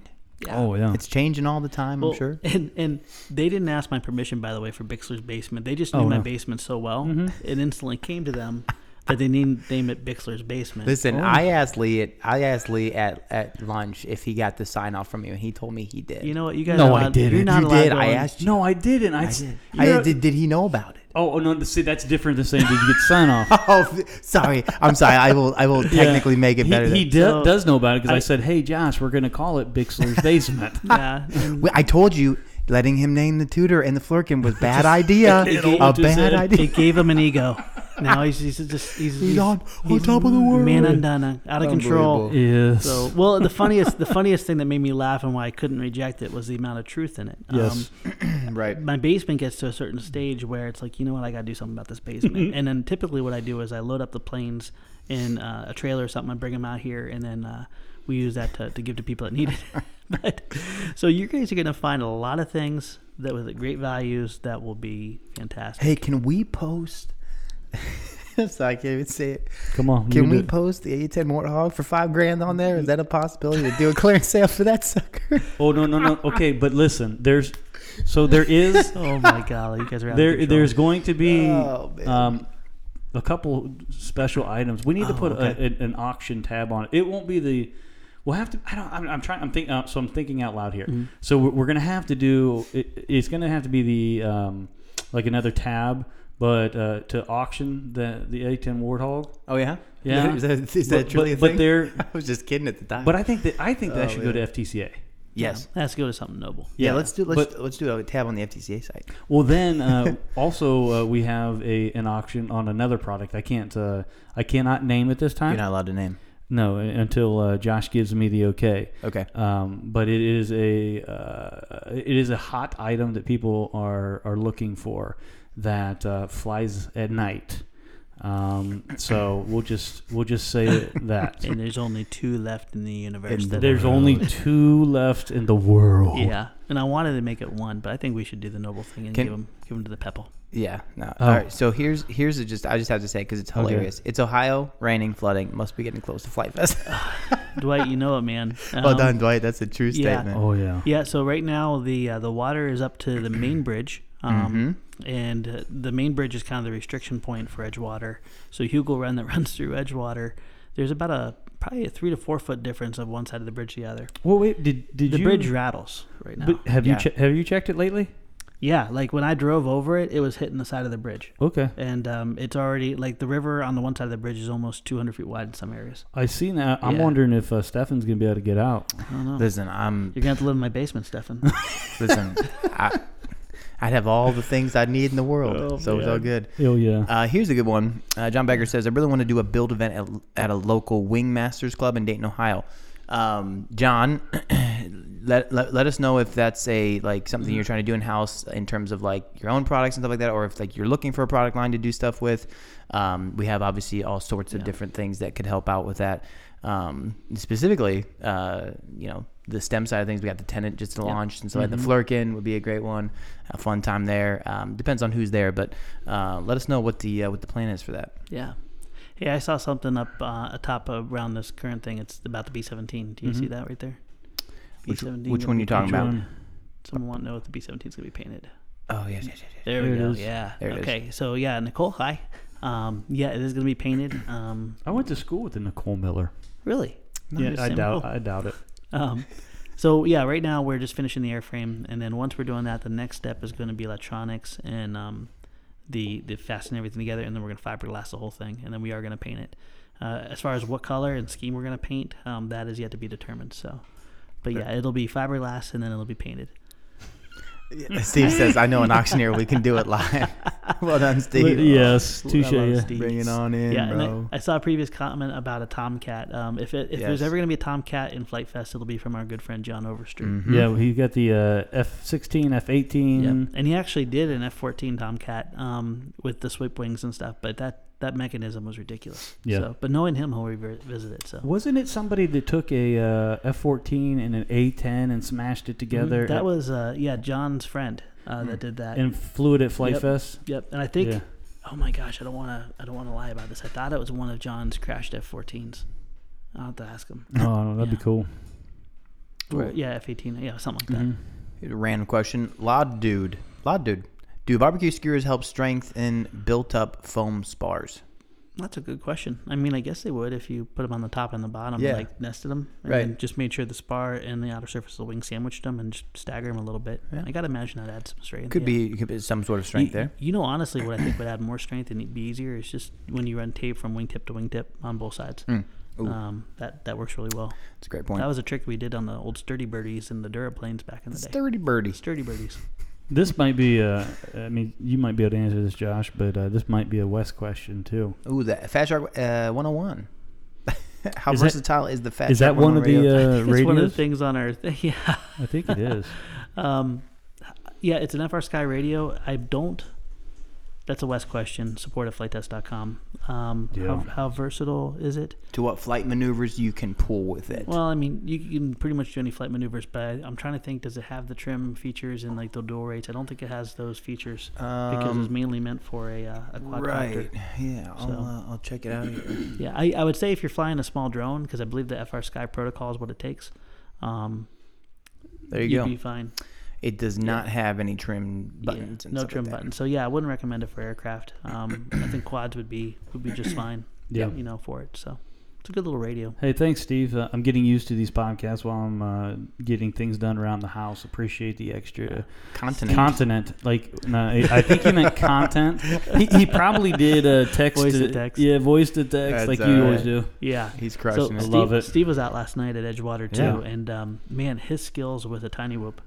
Speaker 3: Oh yeah.
Speaker 1: It's changing all the time.
Speaker 2: Well,
Speaker 1: I'm sure.
Speaker 2: And and they didn't ask my permission, by the way, for Bixler's basement. They just knew
Speaker 3: Oh,
Speaker 2: my
Speaker 3: no.
Speaker 2: basement so well,
Speaker 1: Mm-hmm.
Speaker 2: it instantly came to them that they named name it Bixler's basement.
Speaker 1: Listen, I asked Lee. At, I asked Lee at, at lunch if he got the sign off from you, and he told me he did.
Speaker 2: you know what? You guys,
Speaker 3: No,
Speaker 2: are
Speaker 3: I
Speaker 2: allowed-
Speaker 3: didn't.
Speaker 2: You're not
Speaker 1: You
Speaker 2: allowed
Speaker 1: did.
Speaker 2: to
Speaker 1: I
Speaker 2: own-
Speaker 1: asked you.
Speaker 3: no, I didn't. I,
Speaker 1: I did.
Speaker 3: you're-
Speaker 1: I, did, did he know about it?
Speaker 3: Oh no, see that's different than saying did you get sign off.
Speaker 1: Oh, sorry. I'm sorry. I will. I will technically make it
Speaker 3: He-
Speaker 1: better.
Speaker 3: He,
Speaker 1: than,
Speaker 3: do-
Speaker 2: So-
Speaker 3: does know about it because I,
Speaker 2: I-
Speaker 3: said, "Hey Josh, we're going to call it Bixler's basement."
Speaker 2: Yeah, and
Speaker 1: Well, I told you letting him name the tutor and the flirkin was bad idea.
Speaker 3: It
Speaker 1: a
Speaker 3: all just
Speaker 1: bad
Speaker 3: said-
Speaker 1: idea.
Speaker 2: it gave him an ego. now he's, he's just he's,
Speaker 1: He's on- on top of the world.
Speaker 2: Man undone, out of control.
Speaker 1: Unbelievable.
Speaker 3: Yes.
Speaker 2: So,
Speaker 1: um,
Speaker 2: well, the funniest the funniest thing that made me laugh and why I couldn't reject it was the amount of truth in it. Um,
Speaker 3: Yes.
Speaker 1: right.
Speaker 2: my basement gets to a certain stage where it's like, you know what, I got to do something about this basement. and then typically what I do is I load up the planes in uh, a trailer or something. I bring them out here, and then uh, we use that to, to give to people that need it. but so you guys are going to find a lot of things that with great values that will be fantastic.
Speaker 1: Hey, can we post? so I can't even say it.
Speaker 3: Come on.
Speaker 1: Can
Speaker 3: you
Speaker 1: we
Speaker 3: do it.
Speaker 1: post the A10 Warthog for five grand on there? Is that a possibility to do a clearance sale for that sucker?
Speaker 3: Oh no no no. Okay, but listen, there's so there is
Speaker 2: Oh my golly, you guys are out of
Speaker 3: there
Speaker 2: control.
Speaker 3: there's going to be
Speaker 1: Oh, man.
Speaker 3: um, a couple special items. We need to
Speaker 2: Oh,
Speaker 3: put a,
Speaker 2: okay.
Speaker 3: an, an auction tab on it. It won't be the we'll have to. I don't. I'm, I'm trying. I'm thinking. Uh, so I'm thinking out loud here.
Speaker 1: Mm-hmm.
Speaker 3: So we're, we're gonna have to do. It, it's gonna have to be the um, like another tab, but uh, to auction the the A10 Warthog.
Speaker 1: Oh yeah,
Speaker 3: Yeah.
Speaker 1: Is that, is
Speaker 3: But-
Speaker 1: that truly
Speaker 3: but-
Speaker 1: a
Speaker 3: but
Speaker 1: thing?
Speaker 3: they're-
Speaker 1: I was just kidding at the time.
Speaker 3: But I think that I think that
Speaker 1: Oh,
Speaker 3: should
Speaker 1: yeah.
Speaker 3: go to FTCA.
Speaker 1: yes,
Speaker 2: Let's go to something noble.
Speaker 1: yeah.
Speaker 3: Yeah.
Speaker 1: Let's do let's let's do a tab on the FTCA site.
Speaker 3: Well, then uh, also uh, we have a an auction on another product. I can't. Uh, I cannot name it this time.
Speaker 1: You're not allowed to name.
Speaker 3: No, until uh, Josh gives me the okay.
Speaker 1: Okay.
Speaker 3: Um, but it is a uh, it is a hot item that people are are looking for that uh, flies at night. Um, so we'll just we'll just say that
Speaker 2: And there's only two left in the universe.
Speaker 1: In the
Speaker 2: that
Speaker 3: there's only two left in the world.
Speaker 2: yeah, and I wanted to make it one, but I think we should do the noble thing and
Speaker 1: Can-
Speaker 2: give them give them to the pepple.
Speaker 1: Yeah. No.
Speaker 3: Oh.
Speaker 1: All right. So here's here's a just I just have to say because it's
Speaker 3: Okay.
Speaker 1: hilarious. It's Ohio raining, flooding. Must be getting close to Flight Fest.
Speaker 2: Dwight, you know it, man.
Speaker 1: well
Speaker 2: Um,
Speaker 1: done, Dwight. That's a true
Speaker 2: yeah.
Speaker 1: statement.
Speaker 3: Oh yeah.
Speaker 2: Yeah, so right now the uh, the water is up to the main bridge,
Speaker 1: Mm-hmm.
Speaker 2: um,
Speaker 3: Mm-hmm.
Speaker 2: and uh, the main bridge is kind of the restriction point for Edgewater. So Hugo Run that runs through Edgewater, there's about a probably a three to four foot difference of one side of the bridge to the other.
Speaker 3: Well, wait. Did did
Speaker 2: The
Speaker 3: you?
Speaker 2: bridge rattles right now.
Speaker 3: But have
Speaker 1: Yeah.
Speaker 3: you che- have you checked it lately?
Speaker 2: yeah, like when I drove over it, it was hitting the side of the bridge,
Speaker 3: Okay.
Speaker 2: and um, it's already like the river on the one side of the bridge is almost 200 feet wide in some areas.
Speaker 3: I seen that. I'm
Speaker 2: Yeah.
Speaker 3: wondering if uh, Stefan's gonna be able to get out.
Speaker 2: I don't know.
Speaker 1: Listen, I'm
Speaker 2: You're gonna have to live in my basement, Stefan.
Speaker 1: listen. I, I'd have all the things I need in the world,
Speaker 2: Oh,
Speaker 1: so it's all
Speaker 2: man.
Speaker 1: good.
Speaker 3: Oh yeah.
Speaker 1: Uh, here's a good one. Uh, John Becker says, I really want to do a build event at, at a local Wing Masters Club in Dayton, Ohio. Um, John, let, let, let us know if that's a like something you're trying to do in house in terms of like your own products and stuff like that, or if like you're looking for a product line to do stuff with. Um, we have obviously all sorts of different things that could help out with that. Um, specifically, uh, you know, the stem side of things, we got the tenant just launched, and so like, the Flurkin would be a great one, a fun time there. Um, depends on who's there, but uh, let us know what the uh, what the plan is for that.
Speaker 2: Yeah. Hey, I saw something up uh, atop around this current thing. It's about the B seventeen. Do you see that right there?
Speaker 1: Mm-hmm. Which,
Speaker 2: B-17
Speaker 1: which one
Speaker 2: gonna
Speaker 1: you
Speaker 2: be
Speaker 1: talking
Speaker 2: painted.
Speaker 1: about?
Speaker 2: Someone want to know what the B seventeen is going to be painted.
Speaker 1: Oh yes, yes, yes, yes.
Speaker 2: There,
Speaker 3: There
Speaker 2: we
Speaker 3: it
Speaker 2: go.
Speaker 3: is.
Speaker 2: Yeah.
Speaker 1: There it is.
Speaker 2: okay. So yeah, Nicole. Hi. Um, yeah, it is going to be painted. Um,
Speaker 3: I went to school with the Nicole Miller.
Speaker 2: really? Nice,
Speaker 3: Yeah, I
Speaker 2: Sam.
Speaker 3: doubt.
Speaker 2: Cool.
Speaker 3: I doubt it.
Speaker 2: Um, so yeah, right now we're just finishing the airframe, and then once we're doing that, the next step is going to be electronics and um, the the fasten everything together, and then we're going to fiberglass the whole thing, and then we are going to paint it. Uh, as far as what color and scheme we're going to paint, um, that is yet to be determined. So, but yeah, it'll be fiberglass, and then it'll be painted.
Speaker 1: Yeah, Steve says, "I know an auctioneer. We can do it live." well done, Steve.
Speaker 3: yes,
Speaker 2: I
Speaker 3: touche.
Speaker 2: love
Speaker 3: yeah.
Speaker 2: Steve.
Speaker 1: Bring it on in,
Speaker 2: yeah, and I-
Speaker 1: bro.
Speaker 2: I, saw a previous comment about a tomcat. Um, if it, if
Speaker 1: Yes.
Speaker 2: there's ever going to be a tomcat in Flight Fest, it'll be from our good friend John Overstreet.
Speaker 1: Mm-hmm.
Speaker 3: Yeah, well, he got the uh, F-16, F-18.
Speaker 2: Yep. And he actually did an F fourteen Tomcat um, with the sweep wings and stuff, but that that mechanism was ridiculous.
Speaker 3: Yeah.
Speaker 2: So, but knowing him, he'll revisit it. So
Speaker 3: Wasn't it somebody that took a uh, F-14 and an A-10 and smashed it together?
Speaker 2: Mm-hmm. that was uh, yeah John's friend uh, that did that.
Speaker 3: and flew it at Flight
Speaker 2: Yep.
Speaker 3: Fest.
Speaker 2: yep. And I think
Speaker 3: Yeah.
Speaker 2: oh my gosh, I don't want to I don't want to lie about this. I thought it was one of John's crashed F fourteens. I'll have to ask him.
Speaker 3: Oh, that'd be
Speaker 2: Yeah.
Speaker 3: cool.
Speaker 2: Or, yeah, F eighteen. Yeah, something like that.
Speaker 3: Mm-hmm.
Speaker 1: Here's a Random question. Lod dude. Lod dude. Do barbecue skewers help strengthen built-up foam spars?
Speaker 2: That's a good question. I mean, I guess they would if you put them on the top and the bottom,
Speaker 1: Yeah.
Speaker 2: like nested them, and
Speaker 1: Right.
Speaker 2: then just made sure the spar and the outer surface of the wing sandwiched them, and just stagger them a little bit. I gotta imagine that adds some strength.
Speaker 1: Could
Speaker 2: yeah.
Speaker 1: be could be some sort of
Speaker 2: You-
Speaker 1: strength there.
Speaker 2: You know, honestly, what I think would add more strength and it'd be easier is just when you run tape from wingtip to wingtip on both sides.
Speaker 1: Mm. Hmm. Ooh.
Speaker 2: Um, that that works really well.
Speaker 1: That's a great point.
Speaker 2: That was a trick we did on the old sturdy birdies and the Duraplanes back in the day.
Speaker 1: Sturdy birdie.
Speaker 2: Sturdy birdies.
Speaker 3: This might be a. I mean, you might be able to answer this, Josh, but uh, this might be a West question too.
Speaker 1: Ooh, the Fat Shark uh, 101. How
Speaker 3: Is that-
Speaker 1: versatile is the Fat
Speaker 3: Is
Speaker 1: Shark
Speaker 3: that one of
Speaker 1: 101 radio?
Speaker 3: the uh,
Speaker 2: it's one of the
Speaker 3: radios?
Speaker 2: things on our yeah
Speaker 3: I think it is.
Speaker 2: um, yeah it's an FR Sky radio. I don't. That's a West question. Support at flighttest.com. Um, how,
Speaker 3: Yeah.
Speaker 2: how versatile is it?
Speaker 1: to what flight maneuvers you can pull with it?
Speaker 2: uh, Well, I mean, you can pretty much do any flight maneuvers, but I, I'm trying to think. Does it have the trim features and like the dual rates? I don't think it has those features because it's mainly meant for a, uh, a
Speaker 1: Um,
Speaker 2: quadcopter.
Speaker 1: right. Yeah, I'll,
Speaker 2: So.
Speaker 1: uh, I'll check it out here.
Speaker 2: Yeah, I, I would say if you're flying a small drone, because I believe the FR Sky protocol is what it takes. Um,
Speaker 1: There you
Speaker 2: you'd
Speaker 1: go.
Speaker 2: be fine.
Speaker 1: It does not have any trim
Speaker 2: Yeah,
Speaker 1: buttons. and
Speaker 2: no
Speaker 1: stuff like
Speaker 2: trim
Speaker 1: that.
Speaker 2: buttons. So yeah, I wouldn't recommend it for aircraft. Um, I think quads would be would be just fine.
Speaker 3: Yeah.
Speaker 2: you know, for it. So it's a good little radio.
Speaker 3: Hey, thanks, Steve. Uh, I'm getting used to these podcasts while I'm uh, getting things done around the house. Appreciate the extra
Speaker 1: Continent.
Speaker 3: continent. Like, no, I I think he meant content. He, he probably did uh, text
Speaker 2: Voice
Speaker 3: to
Speaker 2: to text.
Speaker 3: Yeah, voice to
Speaker 1: That's
Speaker 3: text, like you always
Speaker 1: alright.
Speaker 3: do.
Speaker 2: Yeah,
Speaker 1: He's
Speaker 2: So
Speaker 1: crushing
Speaker 2: Steve,
Speaker 1: it.
Speaker 3: love it.
Speaker 2: Steve was out last night at Edgewater too,
Speaker 3: Yeah.
Speaker 2: and um, man, his skills with a tiny whoop.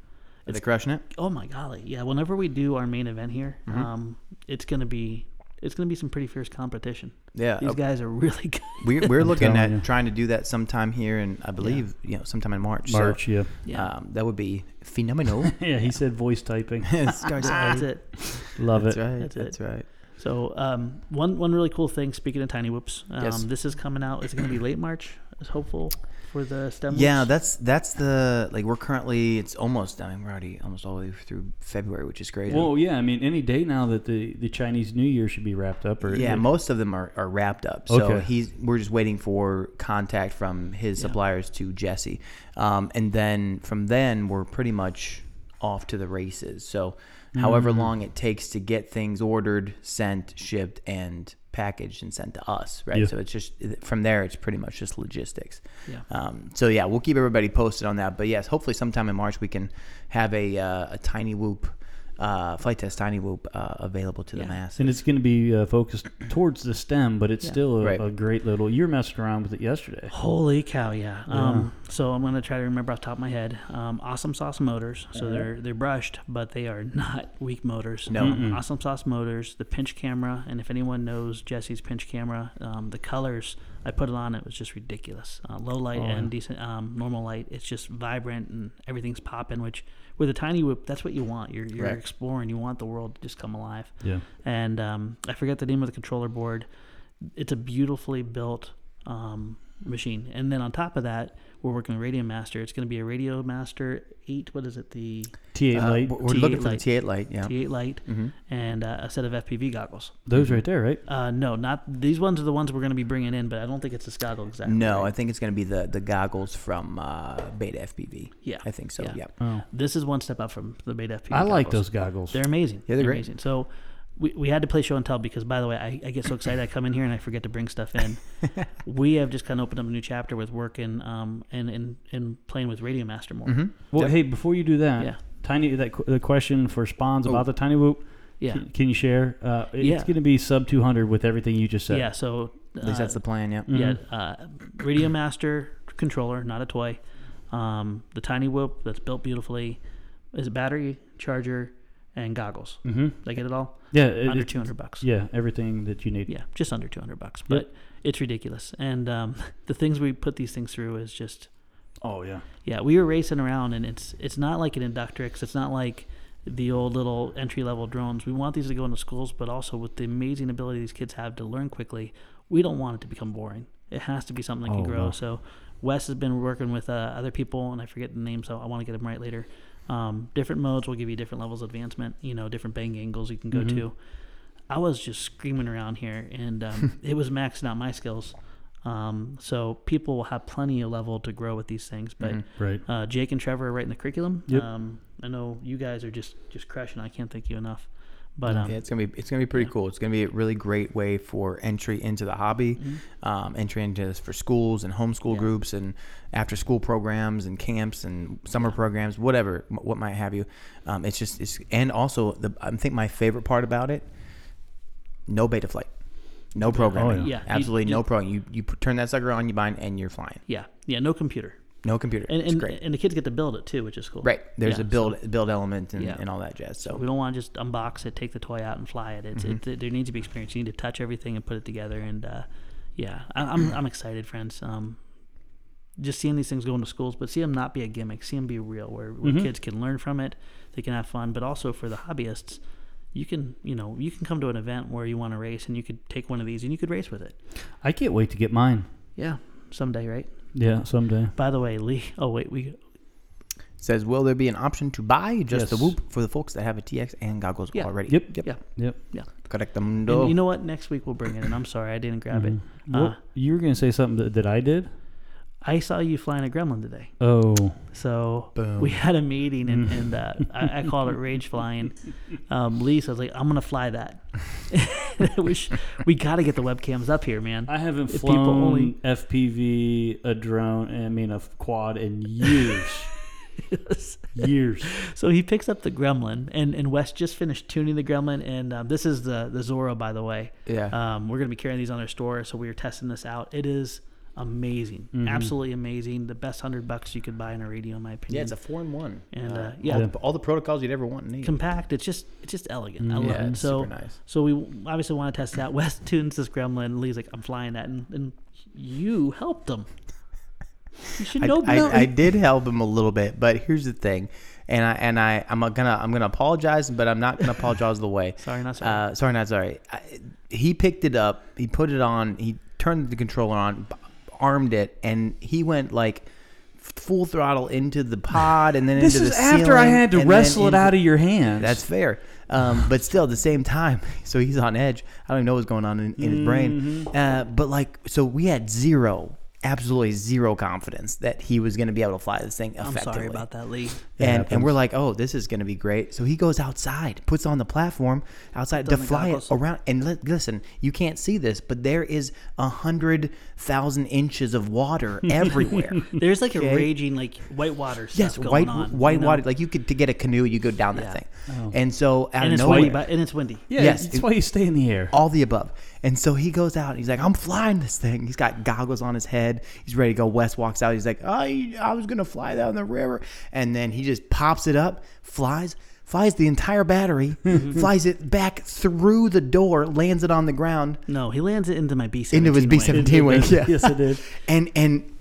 Speaker 1: Are they crushing it?
Speaker 2: Oh my golly, yeah. Whenever we do our main event here,
Speaker 1: Mm-hmm.
Speaker 2: um, it's gonna be it's gonna be some pretty fierce competition.
Speaker 1: Yeah.
Speaker 2: These
Speaker 1: uh,
Speaker 2: guys are really good.
Speaker 1: We're, we're looking
Speaker 3: telling
Speaker 1: at
Speaker 3: you.
Speaker 1: trying to do that sometime here, and I believe you know sometime in March. so,
Speaker 3: March, yeah.
Speaker 2: Yeah,
Speaker 1: um, that would be phenomenal.
Speaker 3: Yeah, he said voice typing.
Speaker 1: That's right.
Speaker 2: that's it.
Speaker 3: Love
Speaker 1: That's
Speaker 3: it.
Speaker 1: right.
Speaker 2: That's it.
Speaker 1: That's right.
Speaker 2: So um, one one really cool thing. Speaking of tiny whoops, um,
Speaker 1: Yes.
Speaker 2: this is coming out. It's gonna be late March. Is hopeful for the stem.
Speaker 1: Yeah,
Speaker 2: whoops.
Speaker 1: that's that's the like we're currently it's almost I mean we're already almost all the way through February, which is crazy.
Speaker 3: Well, yeah, I mean, any day now that the, the Chinese New Year should be wrapped up. Or
Speaker 1: yeah,
Speaker 3: like,
Speaker 1: most of them are, are wrapped up. So
Speaker 3: Okay.
Speaker 1: he's we're just waiting for contact from his suppliers to Jesse, um, and then from then we're pretty much off to the races. So however
Speaker 3: Mm-hmm.
Speaker 1: long it takes to get things ordered, sent, shipped, and packaged and sent to us, right?
Speaker 3: Yeah.
Speaker 1: So it's just from there it's pretty much just logistics.
Speaker 2: Yeah.
Speaker 1: Um, so yeah, we'll keep everybody posted on that. But yes, hopefully sometime in March we can have a uh, a tiny whoop. Uh, flight test tiny whoop uh, available to the
Speaker 2: Yeah.
Speaker 1: masses.
Speaker 3: and it's going to be uh, focused towards the stem, but it's
Speaker 2: Yeah.
Speaker 3: still a,
Speaker 1: Right.
Speaker 3: a great little. You were messing around with it yesterday.
Speaker 2: Holy cow! Yeah. Um, so I'm gonna try to remember off the top of my head. Um, awesome Sauce motors. So they're they're brushed, but they are not weak motors.
Speaker 1: No.
Speaker 2: Um, awesome Sauce motors. The pinch camera, and if anyone knows Jesse's pinch camera, um, the colors I put it on it was just ridiculous. Uh, low
Speaker 1: Oh,
Speaker 2: light and decent um, normal light. It's just vibrant and everything's popping. Which with a tiny whip, that's what you want. You're you're
Speaker 1: Right.
Speaker 2: exploring. You want the world to just come alive
Speaker 3: Yeah.
Speaker 2: and um, I forget the name of the controller board. It's a beautifully built um, machine, and then on top of that, we're working with Radio Master. It's going to be a Radio Master Eight. What is it? The
Speaker 3: T8
Speaker 1: Uh,
Speaker 3: light.
Speaker 1: we're we're
Speaker 2: T8
Speaker 1: looking for
Speaker 2: light.
Speaker 1: the T8 light. Yeah. Mm-hmm.
Speaker 2: T8 light and uh, a set of FPV goggles.
Speaker 3: Those right there, right?
Speaker 2: Uh, no, not these ones are the ones we're going to be bringing in, but I don't think it's this goggle exactly.
Speaker 1: No, I
Speaker 2: right?
Speaker 1: think it's going to be the the goggles from uh, Beta FPV.
Speaker 2: Yeah,
Speaker 1: I think so. Yeah.
Speaker 2: yeah.
Speaker 3: Oh.
Speaker 2: this is one step up from the Beta FPV.
Speaker 3: I like
Speaker 2: goggles.
Speaker 3: those goggles.
Speaker 2: They're amazing.
Speaker 1: Yeah, they're great.
Speaker 2: amazing. So we, we had to play show and tell because by the way, I, I get so excited I come in here and I forget to bring stuff in. we have just kind of opened up a new chapter with work and um and and, and playing with Radio Master more.
Speaker 1: Mm-hmm.
Speaker 3: Well, hey, before you do that,
Speaker 2: Yeah. Oh.
Speaker 3: tiny that qu- the question for spawns about the tiny whoop.
Speaker 2: Yeah.
Speaker 3: Can, can you share? Uh, it's
Speaker 2: Yeah.
Speaker 3: going to be sub 200 with everything you just said.
Speaker 2: Yeah. So
Speaker 1: At least
Speaker 2: uh,
Speaker 1: that's the Mm-hmm. plan. Yeah.
Speaker 2: yeah, uh, Radio Master controller, not a toy. Um, the tiny whoop that's built beautifully is a battery charger and goggles. Mm-hmm. Did I get it all?
Speaker 3: Yeah. it-
Speaker 2: Under
Speaker 3: it-
Speaker 2: two hundred bucks.
Speaker 3: yeah. Everything that you need.
Speaker 2: yeah, just under 200 bucks, but
Speaker 3: Yep.
Speaker 2: it's ridiculous. And um, the things we put these things through is just,
Speaker 3: Oh, yeah.
Speaker 2: yeah, we were racing around, and it's it's not like an Inductrix. It's not like the old little entry level drones. We want these to go into schools, but also with the amazing ability these kids have to learn quickly, we don't want it to become boring. It has to be something that can
Speaker 3: Oh,
Speaker 2: grow.
Speaker 3: wow.
Speaker 2: So Wes has been working with uh, other people, and I forget the name, so I want to get them right later. Um, different modes will give you different levels of advancement. You know, different bang angles you can go to. I was just screaming around here, and um, it was maxing out my skills. Um, so people will have plenty of level to grow with these things. But
Speaker 1: Mm-hmm.
Speaker 3: Right.
Speaker 2: uh, Jake and Trevor are right in the curriculum.
Speaker 3: Yep.
Speaker 2: Um, I know you guys are just just crushing. I can't thank you enough. But um,
Speaker 1: Yeah, it's gonna be it's gonna be pretty cool. It's gonna be a really great way for entry into the hobby,
Speaker 2: Mm-hmm.
Speaker 1: um, entry into this for schools and homeschool groups and after school programs and camps and summer programs, whatever, m- what might have you. Um, it's just it's and also the I think my favorite part about it, no beta flight, no programming,
Speaker 3: yeah.
Speaker 2: Oh, Yeah, you
Speaker 1: absolutely no
Speaker 2: just-
Speaker 1: programming. You you p- turn that sucker on, you bind, and you're flying.
Speaker 2: yeah, yeah, no computer.
Speaker 1: No computer.
Speaker 2: And
Speaker 1: it's
Speaker 2: and,
Speaker 1: great.
Speaker 2: and the kids get to build it too, which is cool.
Speaker 1: right. There's
Speaker 2: Yeah,
Speaker 1: a build build element and,
Speaker 2: Yeah.
Speaker 1: and all that jazz.
Speaker 2: We
Speaker 1: So
Speaker 2: don't want to just unbox it, take the toy out, and fly it. It's it, there needs to be experience. You need to touch everything and put it together. And uh, yeah, I, I'm I'm excited, friends. Um, just seeing these things go into schools, but see them not be a gimmick. See them be real, where, where kids can learn from it. They can have fun, but also for the hobbyists. You can, you know, you can come to an event where you want to race, and you could take one of these and you could race with it.
Speaker 3: I can't wait to get mine.
Speaker 2: Yeah, someday, right?
Speaker 3: Yeah, someday.
Speaker 2: By the way, Lee. Oh wait, we
Speaker 1: it says, will there be an option to buy just the
Speaker 3: Yes.
Speaker 1: Whoop for the folks that have a TX and goggles
Speaker 2: Yeah.
Speaker 1: already?
Speaker 3: Yep.
Speaker 1: Yep.
Speaker 2: yeah
Speaker 3: Yep.
Speaker 2: yeah.
Speaker 1: Correctamundo.
Speaker 2: And you know what? Next week we'll bring it. And I'm sorry I didn't grab it. Uh,
Speaker 3: Well, you were gonna say something that, that I did.
Speaker 2: I saw you flying a Gremlin today.
Speaker 3: Oh,
Speaker 2: So
Speaker 1: Boom.
Speaker 2: we had a meeting, and, and uh, I, I called it rage flying. Um, Lee says, "Like I'm gonna fly that." we sh- we got to get the webcams up here, man.
Speaker 3: I haven't
Speaker 2: If people
Speaker 3: flown
Speaker 2: only-
Speaker 3: FPV, a drone, I mean a quad in years, years.
Speaker 2: so he picks up the Gremlin, and and Wes just finished tuning the Gremlin, and um, this is the the Zorro, by the way.
Speaker 1: Yeah.
Speaker 2: Um, we're gonna be carrying these on our store, so we are testing this out. It is amazing,
Speaker 1: Mm-hmm.
Speaker 2: absolutely amazing. The best hundred bucks you could buy in a radio, in my
Speaker 1: yeah,
Speaker 2: opinion.
Speaker 1: it's a four in one.
Speaker 2: and uh, yeah,
Speaker 1: All, the, all the protocols you'd ever want and need.
Speaker 2: compact. It's just it's just elegant. I love
Speaker 1: Mm-hmm. yeah,
Speaker 2: it.
Speaker 1: it's
Speaker 2: so
Speaker 1: super nice.
Speaker 2: so we obviously want to test that. West tunes this gremlin. Lee's like, I'm flying that, and, and you helped him. You should
Speaker 1: I,
Speaker 2: know
Speaker 1: I,
Speaker 2: better.
Speaker 1: I did help him a little bit, but here's the thing, and I and I I'm gonna I'm gonna apologize, but I'm not gonna apologize the way.
Speaker 2: Sorry, not sorry.
Speaker 1: Uh, sorry, not sorry. I, he picked it up, he put it on, he turned the controller on, b- armed it, and he went like f- full throttle into the pod, and then
Speaker 3: This
Speaker 1: into
Speaker 3: is
Speaker 1: the
Speaker 3: after I
Speaker 1: ceiling,
Speaker 3: had to
Speaker 1: and then
Speaker 3: wrestle it
Speaker 1: into-
Speaker 3: out of your hands.
Speaker 1: That's fair. Um, but still, at the same time, so he's on edge. I don't even know what's going on in, in his brain.
Speaker 2: Mm-hmm.
Speaker 1: Uh, but like, so we had zero, absolutely zero confidence that he was going to be able to fly this thing
Speaker 2: I'm
Speaker 1: effectively.
Speaker 2: sorry about that, Lee.
Speaker 1: And, and we're like, oh, this is going to be great. So he goes outside, puts on the platform outside to
Speaker 2: the
Speaker 1: fly it
Speaker 2: goggles.
Speaker 1: around. And li- listen, you can't see this, but there is a hundred thousand inches of water everywhere.
Speaker 2: There's like
Speaker 1: Okay.
Speaker 2: a raging like whitewater stuff
Speaker 1: yes,
Speaker 2: going
Speaker 1: white
Speaker 2: on.
Speaker 1: white
Speaker 2: you know?
Speaker 1: water. Like you could to get a canoe, you go down that
Speaker 2: Yeah. Oh.
Speaker 1: thing. And so out
Speaker 2: and
Speaker 1: of
Speaker 2: it's
Speaker 1: nowhere,
Speaker 2: windy, but, and it's windy.
Speaker 3: yeah,
Speaker 1: yes, Oh,
Speaker 3: that's why you stay in the air.
Speaker 1: all the above. And so he goes out and he's like, I'm flying this thing. He's got goggles on his head. He's ready to go. Wes walks out. He's like, I, I was going to fly down the river. And then he just pops it up, flies, flies the entire battery, flies it back through the door, lands it on the ground
Speaker 2: No, he lands it into my B17.
Speaker 1: into his B
Speaker 2: wing.
Speaker 1: 17 wing. Yeah.
Speaker 3: Yes, it did.
Speaker 1: And, and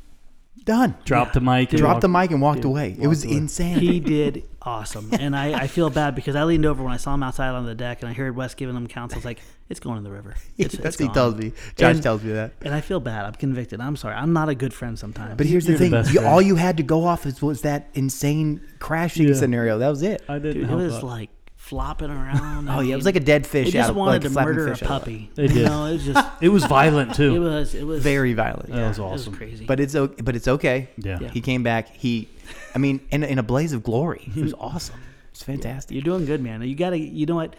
Speaker 1: done.
Speaker 3: Drop the mic. and
Speaker 1: Dropped
Speaker 3: walk-
Speaker 1: the mic and walked
Speaker 3: Dude,
Speaker 1: away. It
Speaker 3: walked
Speaker 1: was
Speaker 3: away.
Speaker 1: insane.
Speaker 2: He did awesome, and I, I feel bad because I leaned over when I saw him outside on the deck, and I heard Wes giving him counsel. I was like, "It's going in the river." It's,
Speaker 1: That's
Speaker 2: it's
Speaker 1: he
Speaker 2: gone."
Speaker 1: tells me. Josh
Speaker 2: And-
Speaker 1: tells me that.
Speaker 2: And I feel bad. I'm convicted. I'm sorry. I'm not a good friend sometimes.
Speaker 1: But here's the
Speaker 3: You're the
Speaker 1: thing:
Speaker 3: best
Speaker 1: you,
Speaker 3: friend.
Speaker 1: all you had to go off is, was that insane crashing
Speaker 3: Yeah.
Speaker 1: scenario. That was it.
Speaker 3: I didn't.
Speaker 2: Dude, it
Speaker 3: help
Speaker 2: was
Speaker 3: out.
Speaker 2: like flopping around.
Speaker 1: Oh
Speaker 2: I
Speaker 1: yeah, it was
Speaker 2: mean,
Speaker 1: like a dead fish.
Speaker 2: They just
Speaker 1: out of, like,
Speaker 2: wanted to
Speaker 1: flapping
Speaker 2: murder a
Speaker 1: fish out of-
Speaker 2: puppy.
Speaker 3: They did.
Speaker 2: You know, it was just.
Speaker 3: it was violent too.
Speaker 2: It was. It was
Speaker 1: Very violent.
Speaker 3: that was
Speaker 2: It was
Speaker 3: awesome.
Speaker 2: crazy.
Speaker 1: But it's okay. But it's okay.
Speaker 3: Yeah.
Speaker 2: Yeah.
Speaker 1: He came back. He, I mean, in, in a blaze of glory. It was awesome. It's fantastic.
Speaker 2: you're doing good, man. You gotta. You know what?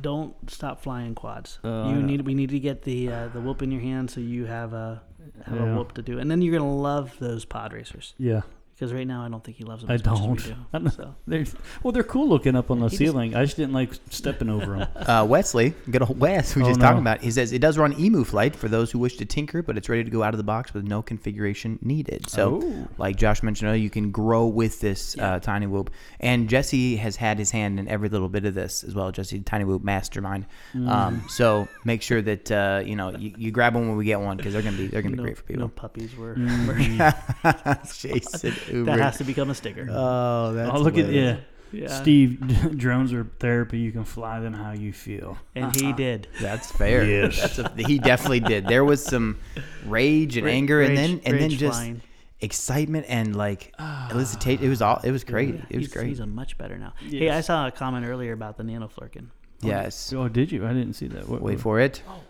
Speaker 2: Don't stop flying quads.
Speaker 1: Uh,
Speaker 3: Oh, I
Speaker 2: you
Speaker 3: know.
Speaker 2: need. We need to get the uh, the whoop in your hand so you have a have
Speaker 3: Yeah.
Speaker 2: a whoop to do, and then you're gonna love those pod racers
Speaker 3: Yeah,
Speaker 2: because right now I don't think he loves them.
Speaker 3: I
Speaker 2: as Much
Speaker 3: don't.
Speaker 2: as we do.
Speaker 3: I don't-
Speaker 2: So.
Speaker 3: They're, well, they're cool looking up on the
Speaker 2: just-
Speaker 3: ceiling. I just didn't like stepping over them.
Speaker 1: Uh, Wesley, good old Wes, we were
Speaker 3: Oh,
Speaker 1: just
Speaker 3: no.
Speaker 1: talking about. He says it does run Emu Flight for those who wish to tinker, but it's ready to go out of the box with no configuration needed. So,
Speaker 3: Oh.
Speaker 1: like Josh mentioned earlier, you can grow with this uh, Tiny Whoop. And Jesse has had his hand in every little bit of this as well. Jesse, Tiny Whoop Mastermind. Um,
Speaker 2: Mm.
Speaker 1: so make sure that uh, you know you, you grab one when we get one because they're gonna be they're gonna be
Speaker 2: No,
Speaker 1: great for people. Mm,
Speaker 2: no puppies were. murdered.
Speaker 1: Jason
Speaker 2: that
Speaker 1: Uber.
Speaker 2: has to become a sticker.
Speaker 1: oh, that's
Speaker 3: Oh, look at
Speaker 1: hilarious.
Speaker 3: yeah.
Speaker 2: Yeah.
Speaker 3: Steve, drones are therapy. You can fly them how you feel.
Speaker 2: and
Speaker 3: uh-huh.
Speaker 2: he did.
Speaker 1: That's fair.
Speaker 3: Yes.
Speaker 1: That's a, he definitely did. There was some rage and
Speaker 2: Ra-
Speaker 1: anger, and
Speaker 2: rage-
Speaker 1: then and then
Speaker 2: rage
Speaker 1: just
Speaker 2: flying. Ah.
Speaker 1: excitement and like elicitation. It was all. It was great. It was
Speaker 2: he's,
Speaker 1: great.
Speaker 2: He's a much better now. Hey, I saw a comment earlier about the nanoflurkin.
Speaker 1: yes.
Speaker 3: Oh, did you? I didn't see that. What,
Speaker 1: Wait for it.
Speaker 2: Oh,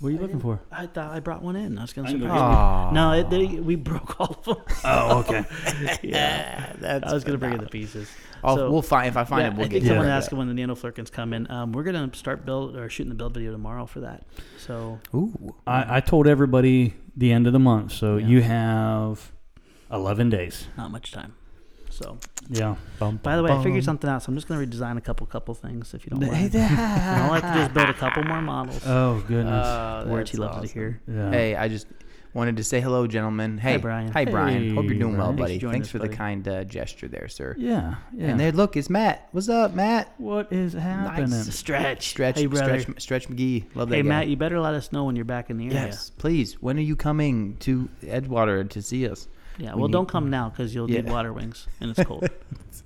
Speaker 3: What are you looking for?
Speaker 2: I thought I brought one in. I was gonna
Speaker 3: I
Speaker 2: say,
Speaker 3: can go
Speaker 1: get one.
Speaker 2: no, it, they, we broke all of them.
Speaker 3: Oh, okay.
Speaker 2: yeah,
Speaker 1: That's
Speaker 2: I was gonna bring in the
Speaker 1: phenomenal.
Speaker 2: pieces.
Speaker 1: I'll-
Speaker 2: So-
Speaker 1: we'll find if I find
Speaker 2: yeah,
Speaker 1: it. We'll
Speaker 2: I
Speaker 1: get
Speaker 2: think
Speaker 1: to
Speaker 2: someone
Speaker 1: it.
Speaker 2: asked when the nanoflurkins come in. Um, we're gonna start build or shooting the build video tomorrow for that. So
Speaker 1: Ooh.
Speaker 3: I, I told everybody the end of the month, so
Speaker 2: Yeah.
Speaker 3: you have eleven days.
Speaker 2: not much time. So
Speaker 3: Yeah. Bum,
Speaker 2: by the
Speaker 3: bum,
Speaker 2: way, I figured
Speaker 3: bum.
Speaker 2: something out. So I'm just gonna redesign a couple couple things if you don't
Speaker 3: Hey,
Speaker 2: mind. And I like to just build a couple more models.
Speaker 3: Oh goodness.
Speaker 2: Words he loves to hear.
Speaker 3: yeah.
Speaker 1: Uh, Hey, I just Wanted to say hello, gentlemen. Hey,
Speaker 2: Brian.
Speaker 1: Hi, Brian.
Speaker 3: Hey,
Speaker 1: Hope you're doing well,
Speaker 3: Brian.
Speaker 2: Thanks
Speaker 1: buddy.
Speaker 2: for joining
Speaker 1: Thanks
Speaker 2: us,
Speaker 1: for the
Speaker 2: buddy.
Speaker 1: kind uh, gesture there, sir.
Speaker 3: Yeah, yeah.
Speaker 1: And there, look, it's Matt. What's up, Matt?
Speaker 3: what is happening?
Speaker 2: Stretch.
Speaker 1: Stretch,
Speaker 2: Hey, brother.
Speaker 1: stretch, stretch McGee. Love that
Speaker 2: hey,
Speaker 1: guy.
Speaker 2: Matt, you better let us know when you're back in the area.
Speaker 1: Yes, please. When are you coming to Edgewater to see us?
Speaker 2: Yeah.
Speaker 1: We
Speaker 2: Well,
Speaker 1: need-
Speaker 2: don't come now because you'll need
Speaker 1: Yeah.
Speaker 2: water wings and it's cold.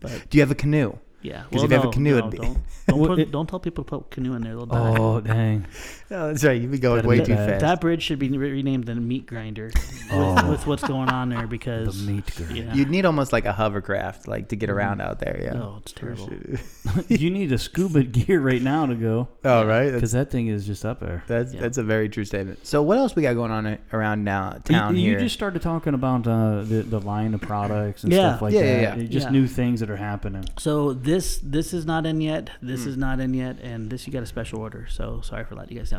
Speaker 2: but
Speaker 1: Do you have a canoe?
Speaker 2: yeah.
Speaker 1: 'Cause if you have a canoe,
Speaker 2: no,
Speaker 1: it'd be-
Speaker 2: don't, don't,
Speaker 3: Well,
Speaker 2: put,
Speaker 3: it-
Speaker 2: don't tell people to put canoe in there. They'll die.
Speaker 3: Oh dang!
Speaker 2: Oh,
Speaker 1: No, that's right. You've been going
Speaker 3: That'd
Speaker 1: way
Speaker 3: be
Speaker 1: too
Speaker 3: bad.
Speaker 1: fast.
Speaker 2: That bridge should be re- renamed the meat grinder with,
Speaker 3: Oh.
Speaker 2: with what's going on there
Speaker 3: The
Speaker 2: because
Speaker 3: meat grinder.
Speaker 2: yeah.
Speaker 1: You'd need almost like a hovercraft, like to get around out there. Yeah.
Speaker 2: Oh, it's terrible.
Speaker 3: you need a scuba gear right now to go
Speaker 1: Oh, right. That's
Speaker 3: because that thing is just up there.
Speaker 1: that's,
Speaker 2: Yeah.
Speaker 1: that's a very true statement. So, what else we got going on a- around now town
Speaker 3: you,
Speaker 1: here?
Speaker 3: you just started talking about uh, the the line of products and
Speaker 2: Yeah.
Speaker 3: stuff like
Speaker 1: Yeah,
Speaker 3: that.
Speaker 1: yeah, yeah.
Speaker 3: It- Just
Speaker 2: Yeah.
Speaker 3: new things that are happening.
Speaker 2: So this this is not in yet. This
Speaker 1: Hmm.
Speaker 2: is not in yet, and this you got a special order. So sorry for letting you guys down.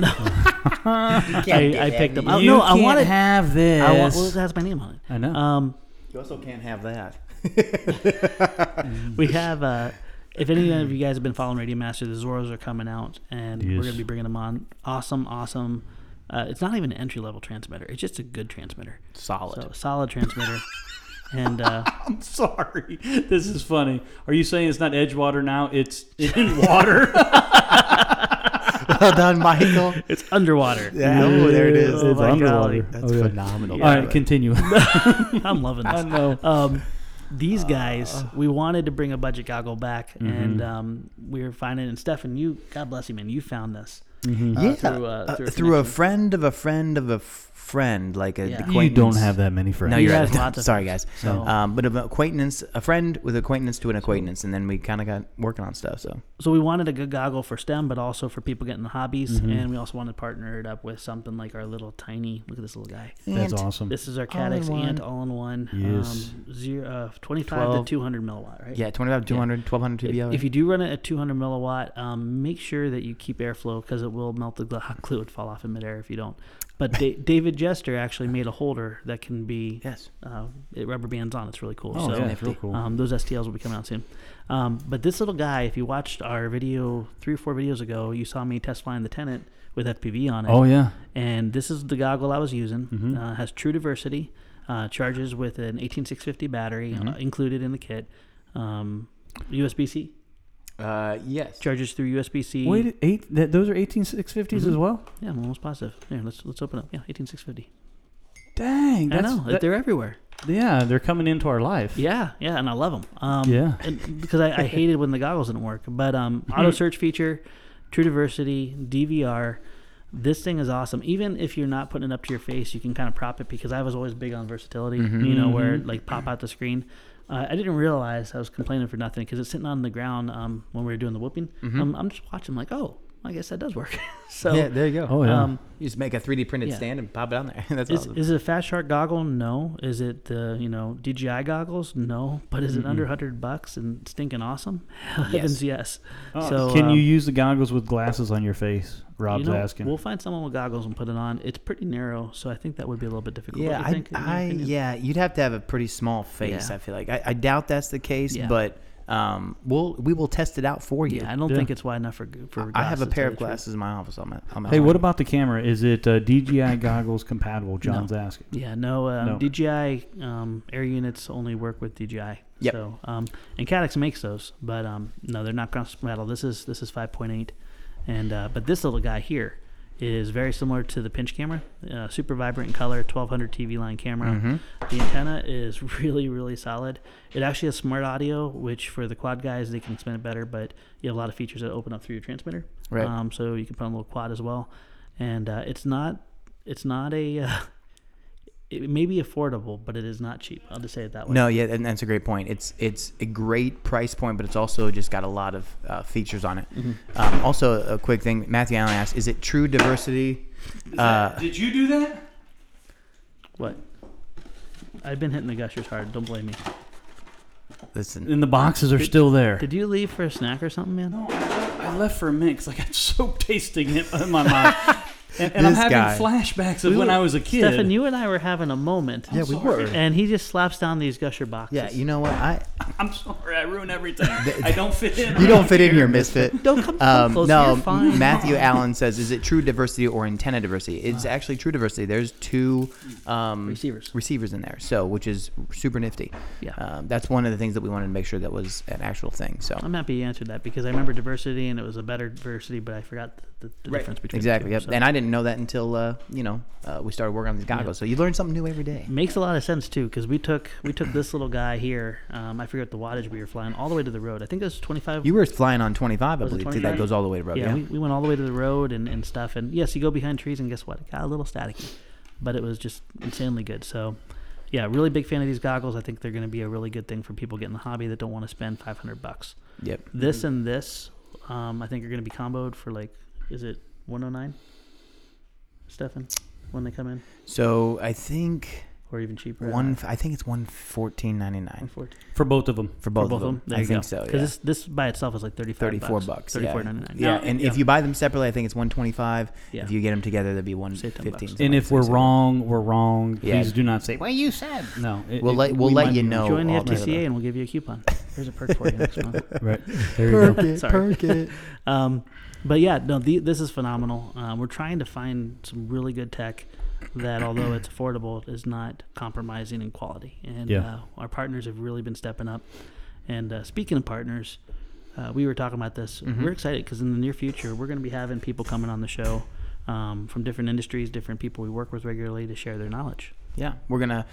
Speaker 2: no, I, I picked them. up.
Speaker 3: You
Speaker 2: no, I
Speaker 3: can't
Speaker 2: wanted.
Speaker 3: have this.
Speaker 2: I want. Well, it has my name on it.
Speaker 3: I know.
Speaker 2: Um,
Speaker 1: you also can't have that.
Speaker 2: we have. Uh, if any of you guys have been following Radio Master, the Zoros are coming out, and we're
Speaker 3: Yes.
Speaker 2: going to be bringing them on. Awesome, awesome. Uh, it's not even an entry level transmitter. It's just a good transmitter.
Speaker 1: Solid.
Speaker 2: So solid transmitter, and uh,
Speaker 3: I'm sorry. This is funny. Are you saying it's not Edgewater now? It's in water.
Speaker 1: well done, Michael.
Speaker 2: it's underwater.
Speaker 1: Yeah. Oh, there it is.
Speaker 2: Oh, my golly.
Speaker 1: That's
Speaker 3: Okay.
Speaker 1: phenomenal.
Speaker 3: All right, continue.
Speaker 2: I'm loving this.
Speaker 3: know.
Speaker 2: um, these guys, we wanted to bring a budget goggle back, and um, we were finding. And Stefan, you, God bless you, man, you found this. uh,
Speaker 1: yeah.
Speaker 2: through, uh,
Speaker 1: Uh,
Speaker 2: through a
Speaker 1: through a
Speaker 2: connection.
Speaker 1: friend of a friend of a f- friend, like a
Speaker 2: Yeah. You don't
Speaker 3: You don't
Speaker 1: acquaintance.
Speaker 3: have that many friends.
Speaker 1: No, you're
Speaker 2: He
Speaker 1: right.
Speaker 2: has lots of
Speaker 1: Sorry,
Speaker 2: friends,
Speaker 1: guys.
Speaker 2: so-
Speaker 1: Um, but an acquaintance, a friend with acquaintance to an acquaintance, and then we kind of got working on stuff. So
Speaker 2: So we wanted a good goggle for STEM, but also for people getting the hobbies,
Speaker 3: Mm-hmm.
Speaker 2: and we also wanted to partner it up with something like our little tiny. Look at this little guy.
Speaker 3: That's
Speaker 1: And-
Speaker 3: awesome.
Speaker 2: This is our
Speaker 1: All in
Speaker 2: Cadex
Speaker 1: one.
Speaker 2: Ant all in one.
Speaker 3: Um, Yes.
Speaker 2: Um, zero, uh, 25
Speaker 1: 12.
Speaker 2: to 200 milliwatt, right?
Speaker 1: yeah, 25, 200, 1200 TBO.
Speaker 2: If you do run it at 200 milliwatt, um, make sure that you keep airflow because it will melt the gl- glue and fall off in midair if you don't. But da- David Jester actually made a holder that can be
Speaker 1: yes,
Speaker 2: uh, it rubber bands on. It's really cool.
Speaker 3: oh,
Speaker 2: so
Speaker 3: yeah,
Speaker 1: nifty.
Speaker 3: real cool.
Speaker 2: um, those STLs will be coming out soon. Um, but this little guy, if you watched our video three or four videos ago, you saw me test flying the Tenant with FPV on it.
Speaker 3: oh Mm-hmm. yeah.
Speaker 2: And this is the goggle I was using. Uh, has true diversity. Uh, charges with an 18650 battery uh,
Speaker 3: Mm-hmm.
Speaker 2: included in the kit. Um, USB C
Speaker 1: uh, yes.
Speaker 2: charges through USB C.
Speaker 3: Wait, eight. That, those are 18650s as
Speaker 2: Mm-hmm.
Speaker 3: well.
Speaker 2: Yeah, I'm almost positive. Here, let's let's open up. Yeah, 18650.
Speaker 3: Dang,
Speaker 2: I
Speaker 3: that's
Speaker 2: know
Speaker 3: that-
Speaker 2: they're everywhere.
Speaker 3: yeah, they're coming into our life.
Speaker 2: Yeah, yeah, and I love them. Um,
Speaker 3: Yeah.
Speaker 2: and- because I, I hated when the goggles didn't work. But um, auto search feature, True Diversity, DVR. This thing is awesome. Even if you're not putting it up to your face, you can kind of prop it because I was always big on versatility.
Speaker 3: Mm-hmm,
Speaker 2: You know, where it, like pop out the screen. Uh, I didn't realize I was complaining for nothing because it's sitting on the ground um, when we were doing the whooping. Um, I'm just watching like, oh, I guess that does work. so
Speaker 1: yeah, there you go.
Speaker 3: Oh Mm-hmm. yeah.
Speaker 2: um,
Speaker 1: you just make a 3D printed
Speaker 2: yeah.
Speaker 1: stand and pop it on there. That's
Speaker 2: Is,
Speaker 1: awesome.
Speaker 2: is it a Fast Shark goggle? No. Is it the you know DJI goggles? No. But is it under hundred bucks and stinking awesome? Heavens yes.
Speaker 3: Oh,
Speaker 2: so
Speaker 3: can
Speaker 2: um,
Speaker 3: you use the goggles with glasses on your face?
Speaker 2: you
Speaker 3: Rob's
Speaker 2: know,
Speaker 3: asking.
Speaker 2: We'll find someone with goggles and put it on. It's pretty narrow, so I think that would be a little bit difficult.
Speaker 1: yeah,
Speaker 2: I,
Speaker 1: I,
Speaker 2: think, in my
Speaker 1: I,
Speaker 2: opinion.
Speaker 1: yeah, you'd have to have a pretty small face.
Speaker 2: Yeah.
Speaker 1: I feel like I, I doubt that's the case,
Speaker 2: Yeah.
Speaker 1: but um, we'll we will test it out for you.
Speaker 2: Yeah, I don't
Speaker 3: Yeah.
Speaker 2: think it's wide enough for for.
Speaker 1: I have a pair
Speaker 2: glasses, to
Speaker 1: of
Speaker 2: tell you the truth.
Speaker 1: glasses in my office. I'm at, I'm
Speaker 3: hey, what about the camera? Is it uh, DJI goggles compatible? John's asking.
Speaker 2: Yeah, no, um,
Speaker 3: No.
Speaker 2: DJI um, air units only work with DJI.
Speaker 1: Yep.
Speaker 2: So, um, and Cadex makes those, but um, no, they're not compatible. This is this is 5.8, and uh, but this little guy here is very similar to the pinch camera, uh, super vibrant in color, 1200 TV line camera.
Speaker 1: Mm-hmm.
Speaker 2: The antenna is really really solid. It actually has smart audio, which for the quad guys they can explain it better, but you have a lot of features that open up through your transmitter.
Speaker 1: Right.
Speaker 2: Um, so you can put on a little quad as well, and uh, it's not it's not a uh, it may be affordable, but it is not cheap. I'll just say it that way.
Speaker 1: No, yeah, and that's a great point. It's it's a great price point, but it's also just got a lot of uh, features on it.
Speaker 2: Mm-hmm.
Speaker 1: Um, also, a quick thing: Matthew Allen asked, "Is it true diversity?" Uh,
Speaker 3: Did you do that?
Speaker 2: What? I've been hitting the gushers hard. Don't blame me.
Speaker 1: listen,
Speaker 3: And the boxes are still there.
Speaker 2: Did you leave for a snack or something, man?
Speaker 3: No, I left for a minute 'cause I got soap tasting it in my mouth. And, and I'm
Speaker 1: This
Speaker 3: having
Speaker 1: guy.
Speaker 3: flashbacks of when I was a kid.
Speaker 2: Stefan, you and I were having a moment.
Speaker 1: yeah, we were.
Speaker 2: And he just slaps down these gusher boxes.
Speaker 1: Yeah, you know what? I
Speaker 3: I'm sorry, I ruin everything. I don't fit in.
Speaker 1: You don't fit in here, misfit.
Speaker 2: Don't come, come
Speaker 1: Um,
Speaker 2: close.
Speaker 1: no,
Speaker 2: You're fine.
Speaker 1: Matthew Allen says, "Is it true diversity or intended diversity? It's actually true diversity. There's two um,
Speaker 2: Receivers.
Speaker 1: receivers in there, so which is super nifty.
Speaker 2: Yeah.
Speaker 1: um, that's one of the things that we wanted to make sure that was an actual thing. So
Speaker 2: I'm happy you answered that because I remember diversity and it was a better diversity, but I forgot the, the
Speaker 1: Right.
Speaker 2: difference between
Speaker 1: exactly,
Speaker 2: The
Speaker 1: yep.
Speaker 2: two,
Speaker 1: And I didn't know that until uh, you know uh, we started working on these goggles. So you learn something new every day.
Speaker 2: makes a lot of sense too because we took we took this little guy here. Um, I forget the wattage we were flying all the way to the road. I think it was 25.
Speaker 1: You were flying on 25, I
Speaker 2: Was it
Speaker 1: believe, too.
Speaker 2: 25?
Speaker 1: That goes all the way to road.
Speaker 2: yeah,
Speaker 1: Yeah,
Speaker 2: We, we went all the way to the road and, and stuff. And yes, you go behind trees and guess what? It got a little staticky, but it was just insanely good. So, yeah, really big fan of these goggles. I think they're going to be a really good thing for people getting the hobby that don't want to spend 500 bucks.
Speaker 1: yep.
Speaker 2: This and this, um, I think are going to be comboed for like, is it 109? Stefan, when they come in,
Speaker 1: So I think
Speaker 2: or even cheaper?
Speaker 1: one. I think it's one fourteen ninety nine
Speaker 2: 140.
Speaker 3: For both of them.
Speaker 1: for both,
Speaker 2: For both
Speaker 1: of them.
Speaker 2: There
Speaker 1: I
Speaker 2: you
Speaker 1: think
Speaker 2: go.
Speaker 1: so.
Speaker 2: 'Cause
Speaker 1: Yeah.
Speaker 2: this, this by itself is like 35
Speaker 1: Thirty-four bucks. yeah.
Speaker 2: 34.99.
Speaker 1: Yeah,
Speaker 3: No,
Speaker 1: and if
Speaker 3: yeah.
Speaker 1: you buy them separately, I think it's one twenty-five.
Speaker 2: Yeah.
Speaker 1: If you get them together, that'd be one
Speaker 2: Say 10 bucks.
Speaker 1: fifteen.
Speaker 3: And if we're wrong, we're wrong.
Speaker 1: Yeah.
Speaker 3: Please do not say, well, you said. No. it-
Speaker 1: We'll
Speaker 3: it-
Speaker 1: let- we'll
Speaker 3: we
Speaker 1: let
Speaker 3: might
Speaker 1: you
Speaker 3: be-
Speaker 1: know. Oh,
Speaker 2: Join the
Speaker 1: all right.
Speaker 2: FTCA and we'll give you a coupon. There's a perk for you next month.
Speaker 3: Right. There you go.
Speaker 2: Sorry. Um, but yeah, no, the, this is phenomenal. Um, we're trying to find some really good tech that, although it's affordable, is not compromising in quality. And
Speaker 3: Yeah.
Speaker 2: uh, our partners have really been stepping up. And uh, speaking of partners, uh, we were talking about this. We're excited because in the near future, we're going to be having people coming on the show um, from different industries, different people we work with regularly to share their knowledge.
Speaker 1: Yeah, we're gonna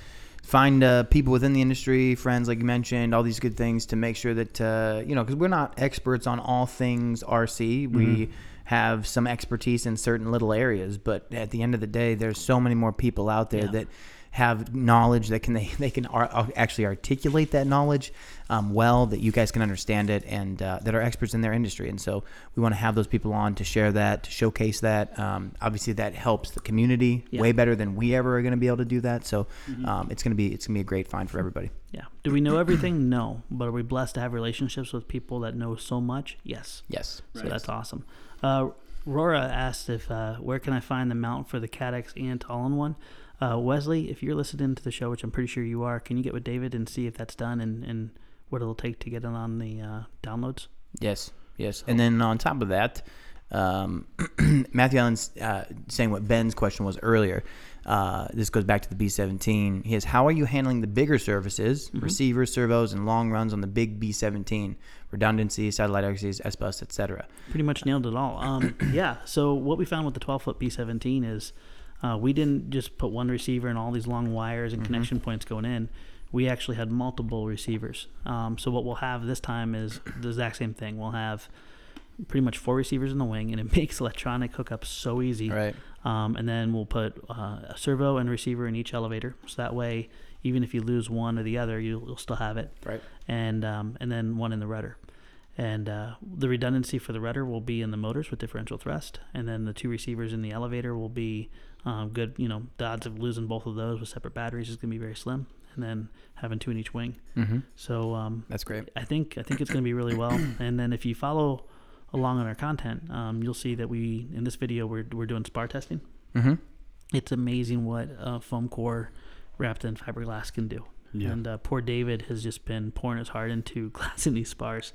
Speaker 1: find uh, people within the industry, friends like you mentioned, all these good things to make sure that uh, you know because we're not experts on all things RC. We have some expertise in certain little areas, but at the end of the day, there's so many more people out there
Speaker 2: Yeah.
Speaker 1: that have knowledge that can they, they can ar- ar- actually articulate that knowledge um, well that you guys can understand it and uh, that are experts in their industry and so we want to have those people on to share that to showcase that um, obviously that helps the community
Speaker 2: Yeah. Mm-hmm.
Speaker 1: way better than we ever are going to be able to do that so um, it's going to be it's going to be a great find for everybody
Speaker 2: Yeah. Do we know everything? No. But are we blessed to have relationships with people that know so much? Yes.
Speaker 1: yes
Speaker 2: So that's awesome. Uh, Rora asked if uh, where can I find the mount for the Cadex and all in one. Uh, Wesley, if you're listening to the show, which I'm pretty sure you are, can you get with David and see if that's done and, and what it'll take to get it on the uh, downloads?
Speaker 1: Yes, yes. And then on top of that, um, Matthew Allen's uh, saying what Ben's question was earlier. Uh, this goes back to the B17. He says, How are you handling the bigger services,
Speaker 2: Mm-hmm.
Speaker 1: receivers, servos, and long runs on the big B17? Redundancy, satellite axes, S bus, etc.
Speaker 2: Pretty much nailed it all. Um, yeah. So what we found with the 12 foot B17 is uh, we didn't just put one receiver and all these long wires and connection points going in. We actually had multiple receivers. Um, so what we'll have this time is the exact same thing. We'll have pretty much four receivers in the wing, and it makes electronic hookups so easy.
Speaker 1: Right.
Speaker 2: Um, and then we'll put uh, a servo and receiver in each elevator, so that way, even if you lose one or the other, you'll, you'll still have it.
Speaker 1: Right.
Speaker 2: And um, and then one in the rudder, and uh, the redundancy for the rudder will be in the motors with differential thrust, and then the two receivers in the elevator will be um, good. You know, the odds of losing both of those with separate batteries is going to be very slim, and then having two in each wing. Mm-hmm. So um,
Speaker 1: That's great.
Speaker 2: I think I think it's going to be really well. And then if you follow along on our content, um, you'll see that we in this video we're we're doing spar testing.
Speaker 1: Mhm.
Speaker 2: It's amazing what uh, foam core wrapped in fiberglass can do.
Speaker 3: Yeah.
Speaker 2: And uh, poor David has just been pouring his heart into glassing these spars.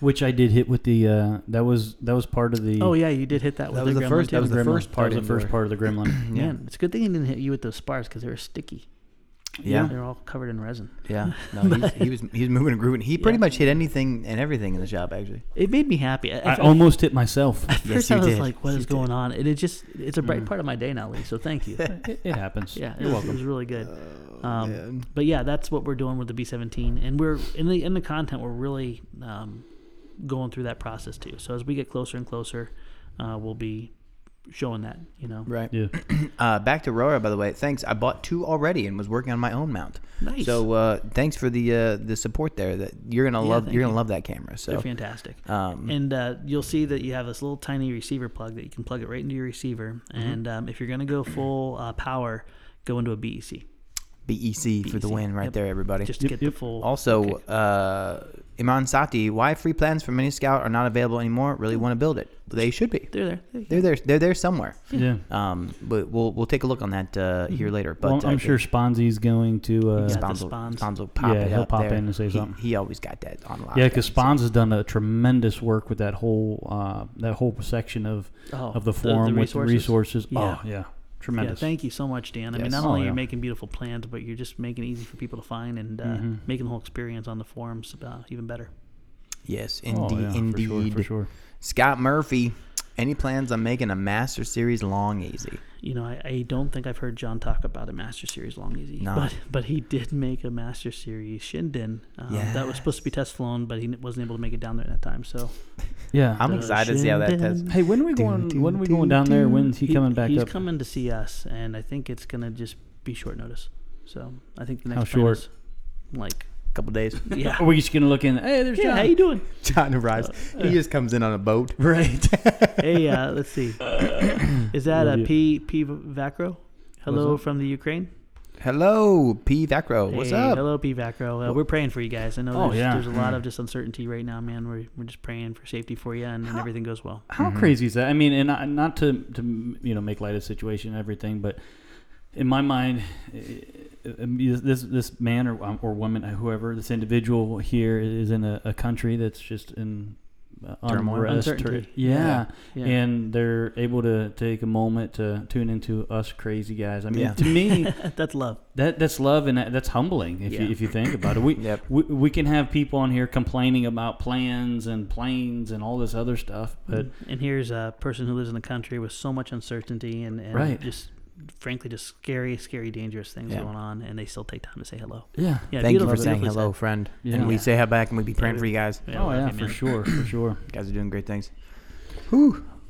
Speaker 3: Which I did hit with the. Uh, that was that was part of the.
Speaker 2: Oh yeah, you did hit that.
Speaker 1: That was
Speaker 2: with
Speaker 1: the
Speaker 2: gremlin
Speaker 1: first-
Speaker 2: too.
Speaker 1: that was the
Speaker 3: gremlin.
Speaker 1: first part
Speaker 3: That was
Speaker 1: of
Speaker 3: the first
Speaker 1: your-
Speaker 3: part of the gremlin.
Speaker 1: Yeah.
Speaker 2: Man, it's a good thing he didn't hit you with those spars because they were sticky.
Speaker 1: Yeah.
Speaker 2: they're all covered in resin.
Speaker 1: Yeah. No, he's, he was he was moving and grooving. He pretty
Speaker 2: Yeah.
Speaker 1: much hit anything and everything in the shop, actually.
Speaker 2: It made me happy.
Speaker 3: I
Speaker 2: I, I,
Speaker 3: almost hit myself.
Speaker 2: at
Speaker 1: Yes,
Speaker 2: first,
Speaker 1: you
Speaker 2: I was
Speaker 1: did. Mm.
Speaker 2: like, "What is
Speaker 1: You
Speaker 2: going on?" And it just—it's a bright part of my day now, Lee. So thank you.
Speaker 3: it, it happens.
Speaker 2: Yeah, it
Speaker 3: You're
Speaker 2: was, it
Speaker 3: welcome.
Speaker 2: was really good.
Speaker 1: Oh,
Speaker 2: um, But yeah, that's what we're doing with the B17, and we're in the in the content. We're really um, going through that process too. So as we get closer and closer, uh, we'll be showing that. You know,
Speaker 1: Right.
Speaker 3: Yeah.
Speaker 1: Uh, back to Rora, by the way. Thanks. I bought two already and was working on my own mount.
Speaker 2: Nice.
Speaker 1: So uh, thanks for the uh, the support there. That you're gonna love.
Speaker 2: thank
Speaker 1: You're gonna
Speaker 2: you.
Speaker 1: love that camera.
Speaker 2: they're
Speaker 1: So
Speaker 2: fantastic.
Speaker 1: um,
Speaker 2: and uh, you'll see that you have this little tiny receiver plug that you can plug it right into your receiver. And um, if you're going to go full uh, power, go into a BEC.
Speaker 1: BEC E for the
Speaker 2: BEC,
Speaker 1: win right
Speaker 2: yep.
Speaker 1: there, everybody.
Speaker 2: Just
Speaker 3: Yep,
Speaker 2: get
Speaker 3: yep.
Speaker 2: the full.
Speaker 1: also,
Speaker 2: kick.
Speaker 1: uh, Iman Sati, why free plans for Mini Scout are not available anymore? Really want to build it? They should be.
Speaker 2: they're there. There you go.
Speaker 1: They're there. They're there somewhere.
Speaker 3: Yeah.
Speaker 1: Um, but we'll we'll take a look on that uh,
Speaker 2: Mm-hmm.
Speaker 1: here later. But
Speaker 3: Well,
Speaker 1: uh,
Speaker 3: I'm sure Sponzi's going to. Uh,
Speaker 2: Yeah.
Speaker 3: yeah,
Speaker 2: the
Speaker 1: Spons will,
Speaker 2: Spons.
Speaker 1: Spons will pop
Speaker 3: Yeah,
Speaker 1: it
Speaker 3: he'll
Speaker 1: up
Speaker 3: pop
Speaker 1: there.
Speaker 3: in and say
Speaker 1: He-
Speaker 3: something.
Speaker 1: He, always got that on lock.
Speaker 3: because Spons has done a tremendous work with that whole uh, that whole section of,
Speaker 2: Oh,
Speaker 3: of the forum with the resources.
Speaker 2: Yeah.
Speaker 3: Oh yeah,
Speaker 2: Yeah,
Speaker 3: tremendous.
Speaker 2: thank you so much, Dan. I mean,
Speaker 1: Yes.
Speaker 2: not
Speaker 3: Oh,
Speaker 2: only
Speaker 3: yeah.
Speaker 2: you're making beautiful plans, but you're just making it easy for people to find and uh,
Speaker 3: Mhm.
Speaker 2: making the whole experience on the forums uh, even better.
Speaker 1: Yes,
Speaker 3: Oh,
Speaker 1: indeed,
Speaker 3: yeah,
Speaker 1: indeed.
Speaker 3: for sure, for sure.
Speaker 1: Scott Murphy, any plans on making a Master Series long easy?
Speaker 2: You know, I, I don't think I've heard John talk about a Master Series long easy,
Speaker 1: No.
Speaker 2: but but he did make a Master Series Shinden. Um, That was supposed to be test flown, but he wasn't able to make it down there at that time. So
Speaker 3: Yeah,
Speaker 1: I'm excited to see how that tests.
Speaker 3: Hey, when are we going? when are we going down there? When's he, coming back
Speaker 2: he's
Speaker 3: up?
Speaker 2: coming to see us, and I think it's gonna just be short notice. So I think the next
Speaker 3: How
Speaker 2: plan
Speaker 3: short?
Speaker 2: is, like
Speaker 1: couple days.
Speaker 2: yeah.
Speaker 3: Are we just gonna look in? Hey, there's
Speaker 2: Yeah,
Speaker 3: John.
Speaker 2: how you doing?
Speaker 1: John arrives. He just comes in on a boat.
Speaker 3: Right.
Speaker 2: hey, uh, let's see. Is that a
Speaker 3: Love you.
Speaker 2: P P Vacro? Hello
Speaker 3: What's
Speaker 2: from the Ukraine.
Speaker 1: Hello, P. Vacro. What's
Speaker 2: Hey,
Speaker 1: up?
Speaker 2: Hello, P Vacro. Uh, we're praying for you guys. I know
Speaker 3: Oh,
Speaker 2: there's,
Speaker 3: yeah.
Speaker 2: there's a lot of just uncertainty right now, man. We're, we're just praying for safety for you and, and everything goes well.
Speaker 3: How crazy is that? I mean, and not, not to to you know make light of the situation and everything, but in my mind, eh, eh, this this man or um, or woman, uh, whoever, this individual here is in a, a country that's just in uh,
Speaker 1: Turmoil.
Speaker 3: unrest.
Speaker 2: Uncertainty.
Speaker 3: Yeah.
Speaker 2: Yeah.
Speaker 3: and they're able to take a moment to tune into us crazy guys. I mean,
Speaker 1: Yeah.
Speaker 3: to me,
Speaker 2: That's love.
Speaker 3: that that's love and that, that's humbling if
Speaker 2: Yeah.
Speaker 3: you if you think about it. We,
Speaker 1: Yep.
Speaker 3: we we can have people on here complaining about plans and planes and all this other stuff, but
Speaker 2: Mm. and here's a person who lives in a country with so much uncertainty and, and
Speaker 3: Right.
Speaker 2: just frankly just scary, scary, dangerous things
Speaker 1: Yeah.
Speaker 2: going on, and they still take time to say hello.
Speaker 1: Mm-hmm.
Speaker 3: yeah.
Speaker 2: Yeah,
Speaker 1: Thank you
Speaker 2: beautiful-
Speaker 1: for saying
Speaker 2: beautifully
Speaker 1: hello,
Speaker 2: said.
Speaker 1: friend.
Speaker 3: Yeah.
Speaker 1: And we
Speaker 2: Yeah.
Speaker 1: say hi back, and we be praying for you guys.
Speaker 2: Yeah,
Speaker 3: Oh
Speaker 2: love
Speaker 3: yeah,
Speaker 2: you,
Speaker 3: for
Speaker 2: man.
Speaker 3: sure, for sure.
Speaker 1: You guys are doing great things.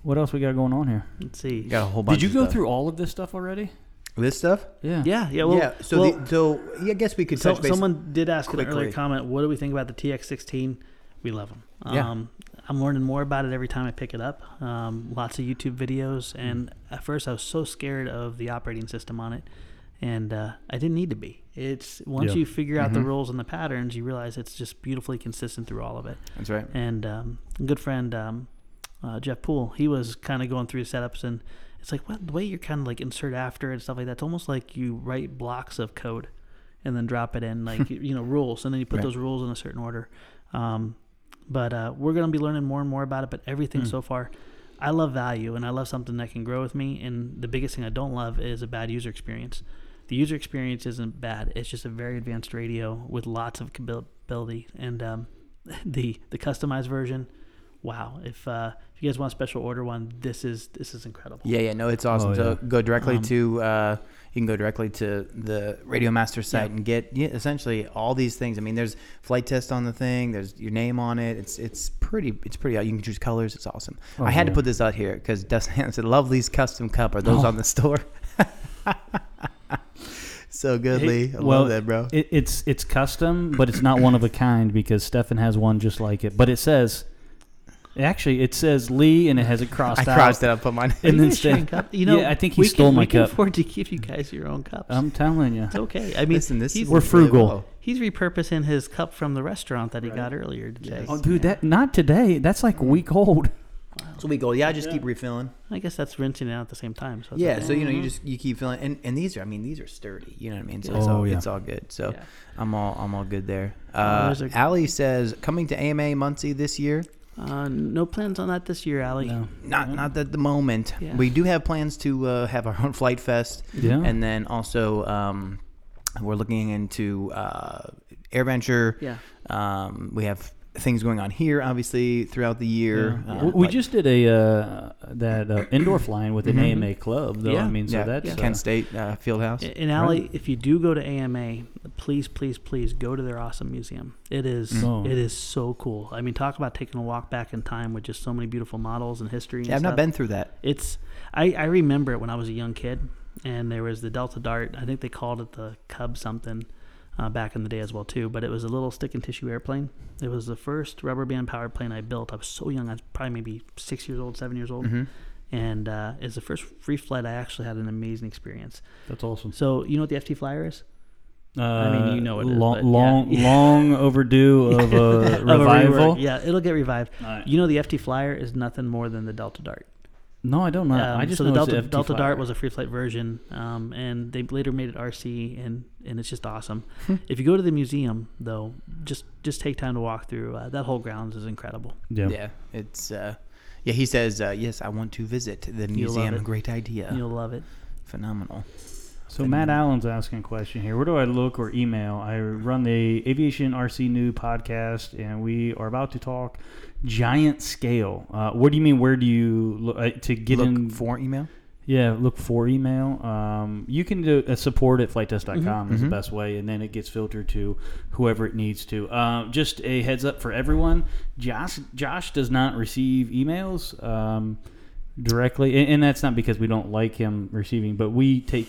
Speaker 3: What else we got going on here?
Speaker 2: Let's see.
Speaker 1: Got a whole bunch.
Speaker 3: Did you
Speaker 1: of
Speaker 3: go
Speaker 1: stuff.
Speaker 3: through all of this stuff already?
Speaker 1: this stuff?
Speaker 3: Yeah.
Speaker 2: Yeah, yeah. Well,
Speaker 1: yeah. So,
Speaker 2: well,
Speaker 1: the, so yeah, I guess we could
Speaker 2: So,
Speaker 1: touch base.
Speaker 2: someone did ask in an earlier
Speaker 1: quickly.
Speaker 2: comment, what do we think about the TX16? We love them.
Speaker 1: Yeah.
Speaker 2: Um, I'm learning more about it every time I pick it up. Um, lots of YouTube
Speaker 1: Mm-hmm.
Speaker 2: videos. And at first, I was so scared of the operating system on it. And uh, I didn't need to be. It's once
Speaker 3: Yeah.
Speaker 2: you figure out
Speaker 1: Mm-hmm.
Speaker 2: the rules and the patterns, you realize it's just beautifully consistent through all of it.
Speaker 1: That's right.
Speaker 2: And um, a good friend um, uh, Jeff Poole, he was kind of going through setups, and it's like, well, the way you're kind of like insert after and stuff like that, it's almost like you write blocks of code and then drop it in, like, you you know, rules, and then you put
Speaker 1: Right.
Speaker 2: those rules in a certain order. Um, but uh, we're going to be learning more and more about it, but
Speaker 1: Hmm.
Speaker 2: everything so far. I love value and I love something that can grow with me. And the biggest thing I don't love is a bad user experience. The user experience isn't bad. It's just a very advanced radio with lots of capability. And um, the the customized version, wow! If uh, if you guys want a special order one, this is this is incredible.
Speaker 1: Yeah, yeah, no, it's awesome.
Speaker 3: Oh,
Speaker 1: So
Speaker 3: yeah.
Speaker 1: go directly
Speaker 2: Um,
Speaker 1: to uh, you can go directly to the Radio Master site
Speaker 2: Yeah.
Speaker 1: and get yeah, essentially all these things. I mean, there's flight test on the thing. There's your name on it. It's it's pretty. It's pretty. You can choose colors. It's awesome. I had to
Speaker 3: Oh, yeah. Oh.
Speaker 1: put this out here because Dustin said, "Lovely's custom cup." Are those on the store? so good,
Speaker 3: Hey,
Speaker 1: Lee. I
Speaker 3: well,
Speaker 1: love that, bro.
Speaker 3: It, it's it's custom, but it's not one of a kind because Stefan has one just like it. But it says, actually, it says Lee, and it has it crossed
Speaker 1: I
Speaker 3: out.
Speaker 1: crossed it up on mine.
Speaker 2: Maybe
Speaker 3: And then
Speaker 2: a sharing
Speaker 3: Steph,
Speaker 2: cup. You know,
Speaker 3: yeah, I think he
Speaker 2: we
Speaker 3: stole
Speaker 2: can,
Speaker 3: my
Speaker 2: we Can
Speaker 3: cup. Um,
Speaker 2: afford to give you guys your own cups.
Speaker 3: I'm telling you.
Speaker 2: it's okay. I mean,
Speaker 1: Listen, this
Speaker 2: he's
Speaker 1: is
Speaker 3: We're frugal.
Speaker 2: he's repurposing his cup from the restaurant that he got earlier today.
Speaker 1: Yes.
Speaker 3: Oh, dude, that not today. That's like a week old.
Speaker 1: So we go. Yeah, I just keep refilling.
Speaker 2: I guess that's rinsing it out at the same time. So it's
Speaker 1: Yeah,
Speaker 2: okay.
Speaker 1: so you know, you just you keep feeling, and, and these are, I mean, these are sturdy. You know what I mean? So it's
Speaker 3: Oh,
Speaker 1: all
Speaker 3: yeah.
Speaker 1: it's all good. So
Speaker 2: Yeah.
Speaker 1: I'm all I'm all good there.
Speaker 2: Uh,
Speaker 1: Uh,
Speaker 2: there's a-
Speaker 1: Ali says coming to AMA Muncie this year.
Speaker 2: Uh, no plans on that this year, Allie.
Speaker 3: No.
Speaker 1: Not not at the moment.
Speaker 2: Mm-hmm. Yeah. Mm-hmm.
Speaker 1: We do have plans to uh, have our own flight fest.
Speaker 3: Yeah.
Speaker 1: and then also um, we're looking into uh, Air Venture.
Speaker 2: Yeah.
Speaker 1: um, we have things going on here, obviously, throughout the year.
Speaker 3: Yeah.
Speaker 1: Uh,
Speaker 3: we we
Speaker 1: like-
Speaker 3: just did a uh, that uh, indoor flying with an
Speaker 1: Mhm.
Speaker 3: AMA club, though.
Speaker 2: Yeah.
Speaker 3: I mean, so
Speaker 1: yeah,
Speaker 3: that's
Speaker 1: Kent
Speaker 3: uh,
Speaker 1: State uh, Fieldhouse.
Speaker 2: And Allie, if you do go to AMA, please, please, please go to their awesome museum. It is
Speaker 3: Mm.
Speaker 2: it is so cool. I mean, talk about taking a walk back in time with just so many beautiful models and history. And
Speaker 1: yeah, I've
Speaker 2: stuff.
Speaker 1: not been through that.
Speaker 2: It's I, I remember it when I was a young kid, and there was the Delta Dart. I think they called it the Cub something uh, back in the day as well too. But it was a little stick and tissue airplane. It was the first rubber band powered plane I built. I was so young. I was probably maybe six years old, seven years old.
Speaker 1: Mm-hmm.
Speaker 2: And uh, it's the first free flight I actually had an amazing experience.
Speaker 3: that's awesome.
Speaker 2: So you know what the FT Flyer is?
Speaker 3: Uh,
Speaker 2: mean, you know it is,
Speaker 3: long,
Speaker 2: but yeah.
Speaker 3: long, long overdue of a
Speaker 2: Of a
Speaker 3: revival.
Speaker 2: rework. yeah, it'll get revived.
Speaker 3: Alright.
Speaker 2: You know, the FT Flyer is nothing more than the Delta Dart.
Speaker 3: No, I don't know.
Speaker 2: Um,
Speaker 3: I just
Speaker 2: so
Speaker 3: know
Speaker 2: the
Speaker 3: it's
Speaker 2: Delta,
Speaker 3: FT
Speaker 2: Delta
Speaker 3: Flyer.
Speaker 2: Dart was a free flight version, um, and they later made it RC, and, and it's just awesome.
Speaker 3: Hmm.
Speaker 2: if you go to the museum, though, just just take time to walk through. Uh, that whole grounds is incredible.
Speaker 3: Yeah.
Speaker 1: Yeah, it's uh, yeah. He says, uh, "Yes, I want to visit the museum.
Speaker 2: it.
Speaker 1: Great idea.
Speaker 2: You'll love it.
Speaker 1: Phenomenal."
Speaker 3: So Matt Allen's asking a question here. Where do I look or email? I run the Aviation RC New podcast, and we are about to talk giant scale. Uh, what do you mean? Where do you look uh, to get
Speaker 1: Look
Speaker 3: in?
Speaker 1: for email.
Speaker 3: Yeah, look for email. Um, you can do uh, support at flighttest.com is the best way, and then it gets filtered to whoever it needs to. Uh, just a heads up for everyone: Josh Josh does not receive emails um, directly, and, and that's not because we don't like him receiving, but we take